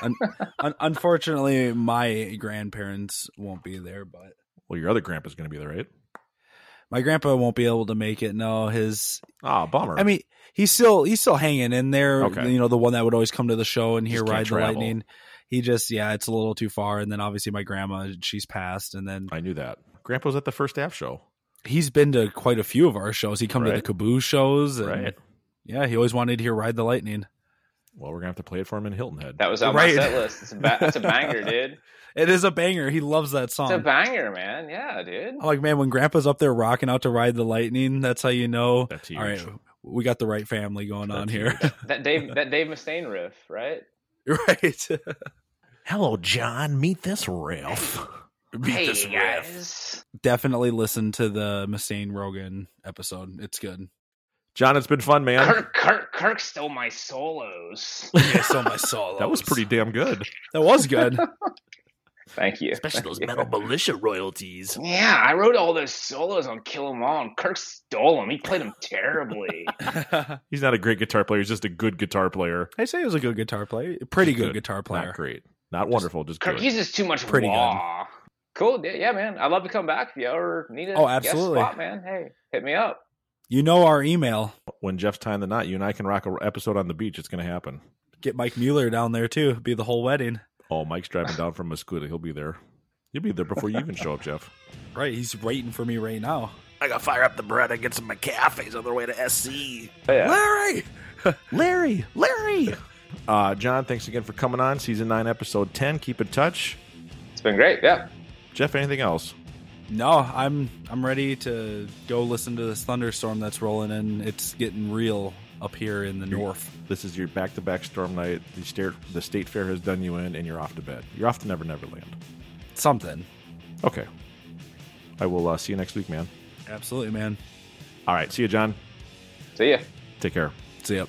Speaker 17: un- un- unfortunately, my grandparents won't be there, but
Speaker 16: well, your other grandpa's going to be there, right?
Speaker 17: My grandpa won't be able to make it. No, his
Speaker 16: ah oh, bummer.
Speaker 17: I mean, he's still he's still hanging in there. Okay. You know, the one that would always come to the show and hear ride travel. the lightning. He just yeah, it's a little too far. And then obviously my grandma, she's passed. And then
Speaker 16: I knew that grandpa was at the first half show.
Speaker 17: He's been to quite a few of our shows. He come right. to the Kaboo shows. And, right. Yeah, he always wanted to hear ride the lightning.
Speaker 16: Well, we're gonna have to play it for him in Hilton Head.
Speaker 1: That was on right. my set list. It's a, ba- it's a banger, dude.
Speaker 17: it is a banger. He loves that song.
Speaker 1: It's a banger, man. Yeah, dude.
Speaker 17: I'm Um, like, man, when Grandpa's up there rocking out to ride the lightning, that's how you know. That's huge. All right, we got the right family going that's on huge. here.
Speaker 1: that Dave, that Dave Mustaine riff, right?
Speaker 17: Right.
Speaker 20: Hello, John. Meet this riff.
Speaker 17: Meet hey, this guys. riff. Definitely listen to the Mustaine Rogan episode. It's good.
Speaker 16: John, it's been fun, man.
Speaker 1: Kirk, Kirk, Kirk stole my solos.
Speaker 17: yeah, stole my solos.
Speaker 16: that was pretty damn good.
Speaker 17: That was good.
Speaker 1: Thank you.
Speaker 20: Especially
Speaker 1: Thank
Speaker 20: those
Speaker 1: you.
Speaker 20: metal militia royalties.
Speaker 1: Yeah, I wrote all those solos on Kill 'Em All, and Kirk stole them. He played them terribly.
Speaker 16: he's not a great guitar player. He's just a good guitar player.
Speaker 17: I say he was a good guitar player. Pretty good, good, guitar player.
Speaker 16: Not great. Not just, wonderful. Just
Speaker 1: Kirk
Speaker 16: good.
Speaker 1: uses too much pretty wah. Good. Cool. Yeah, man. I'd love to come back if you ever need a
Speaker 17: oh, absolutely.
Speaker 1: guest spot, man. Hey, hit me up.
Speaker 17: You know our email.
Speaker 16: When Jeff's tying the knot, you and I can rock an episode on the beach. It's going to happen.
Speaker 17: Get Mike Mueller down there too. Be the whole wedding.
Speaker 16: Oh, Mike's driving down from Muscuda. He'll be there. He'll be there before you even show up, Jeff.
Speaker 17: Right, he's waiting for me right now.
Speaker 20: I gotta fire up the bread and get some McCafes on their way to SC.
Speaker 1: Oh, yeah.
Speaker 20: Larry, Larry, Larry.
Speaker 16: Uh, John, thanks again for coming on. Season nine, episode ten. Keep in touch.
Speaker 1: It's been great. Yeah.
Speaker 16: Jeff, anything else?
Speaker 17: No, I'm I'm ready to go listen to this thunderstorm that's rolling in. It's getting real up here in the north.
Speaker 16: This is your back-to-back storm night. The, stair, the state fair has done you in, and you're off to bed. You're off to Never Never Land.
Speaker 17: Something.
Speaker 16: Okay. I will uh, see you next week, man.
Speaker 17: Absolutely, man.
Speaker 16: All right. See you, John.
Speaker 1: See ya.
Speaker 16: Take care.
Speaker 17: See ya.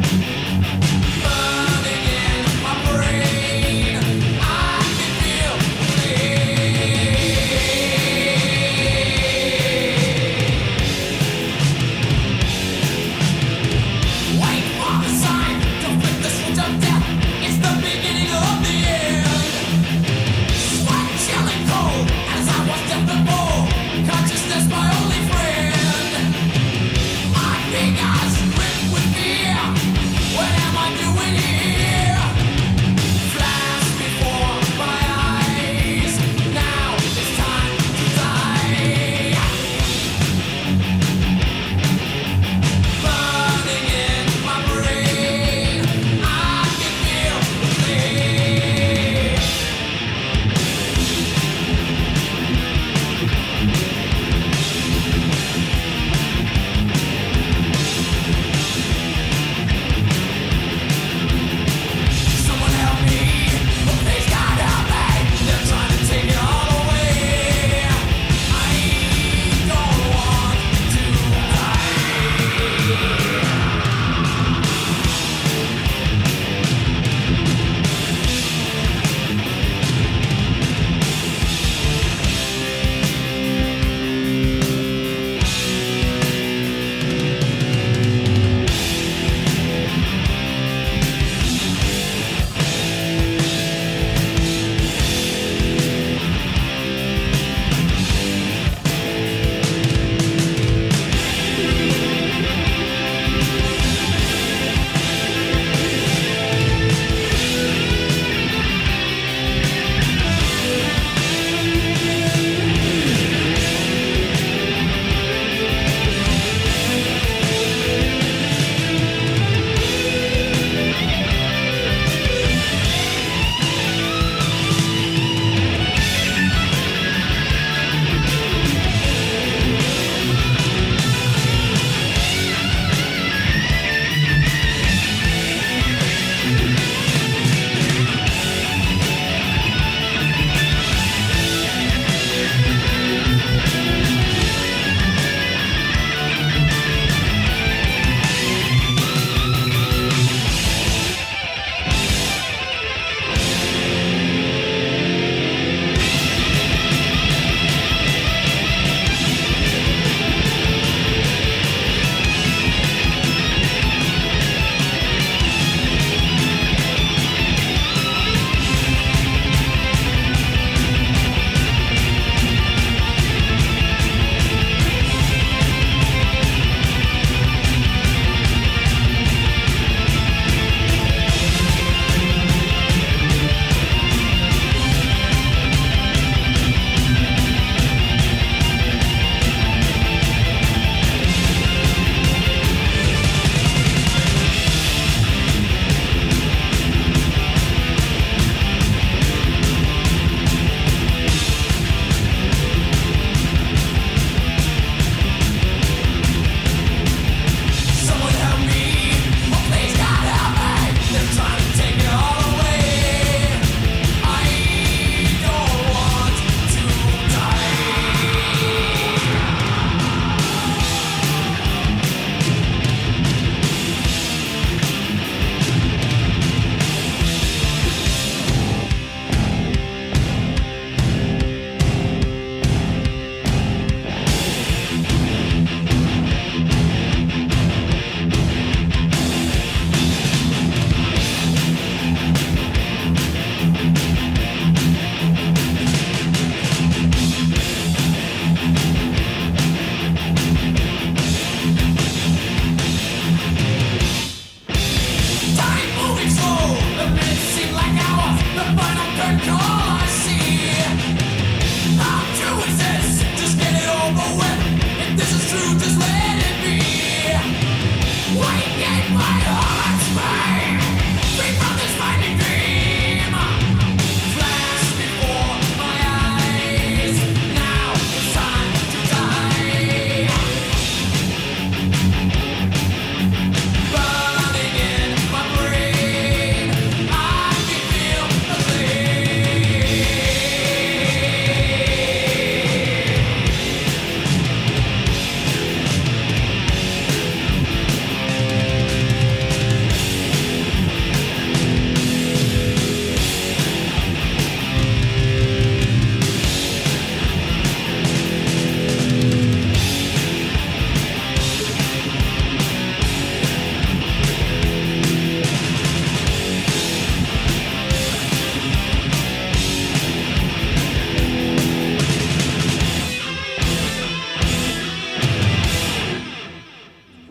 Speaker 17: Now it's time to die.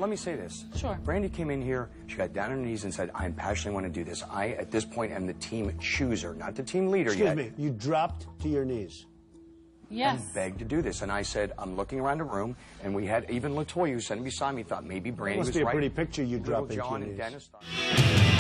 Speaker 18: me say this.
Speaker 21: Sure.
Speaker 18: Brandy came in here, she got down on her knees and said, I passionately want to do this. I, at this point, am the team chooser, not the team leader
Speaker 19: Excuse
Speaker 18: yet.
Speaker 19: me, you dropped to your knees.
Speaker 21: Yes.
Speaker 18: And begged to do this. And I said, I'm looking around the room, and we had even Latoya who sitting beside me thought maybe Brandy
Speaker 19: must
Speaker 18: was
Speaker 19: be a
Speaker 18: right.
Speaker 19: pretty picture you dropping
Speaker 18: John
Speaker 19: to your
Speaker 18: and
Speaker 19: knees.
Speaker 18: Dennis.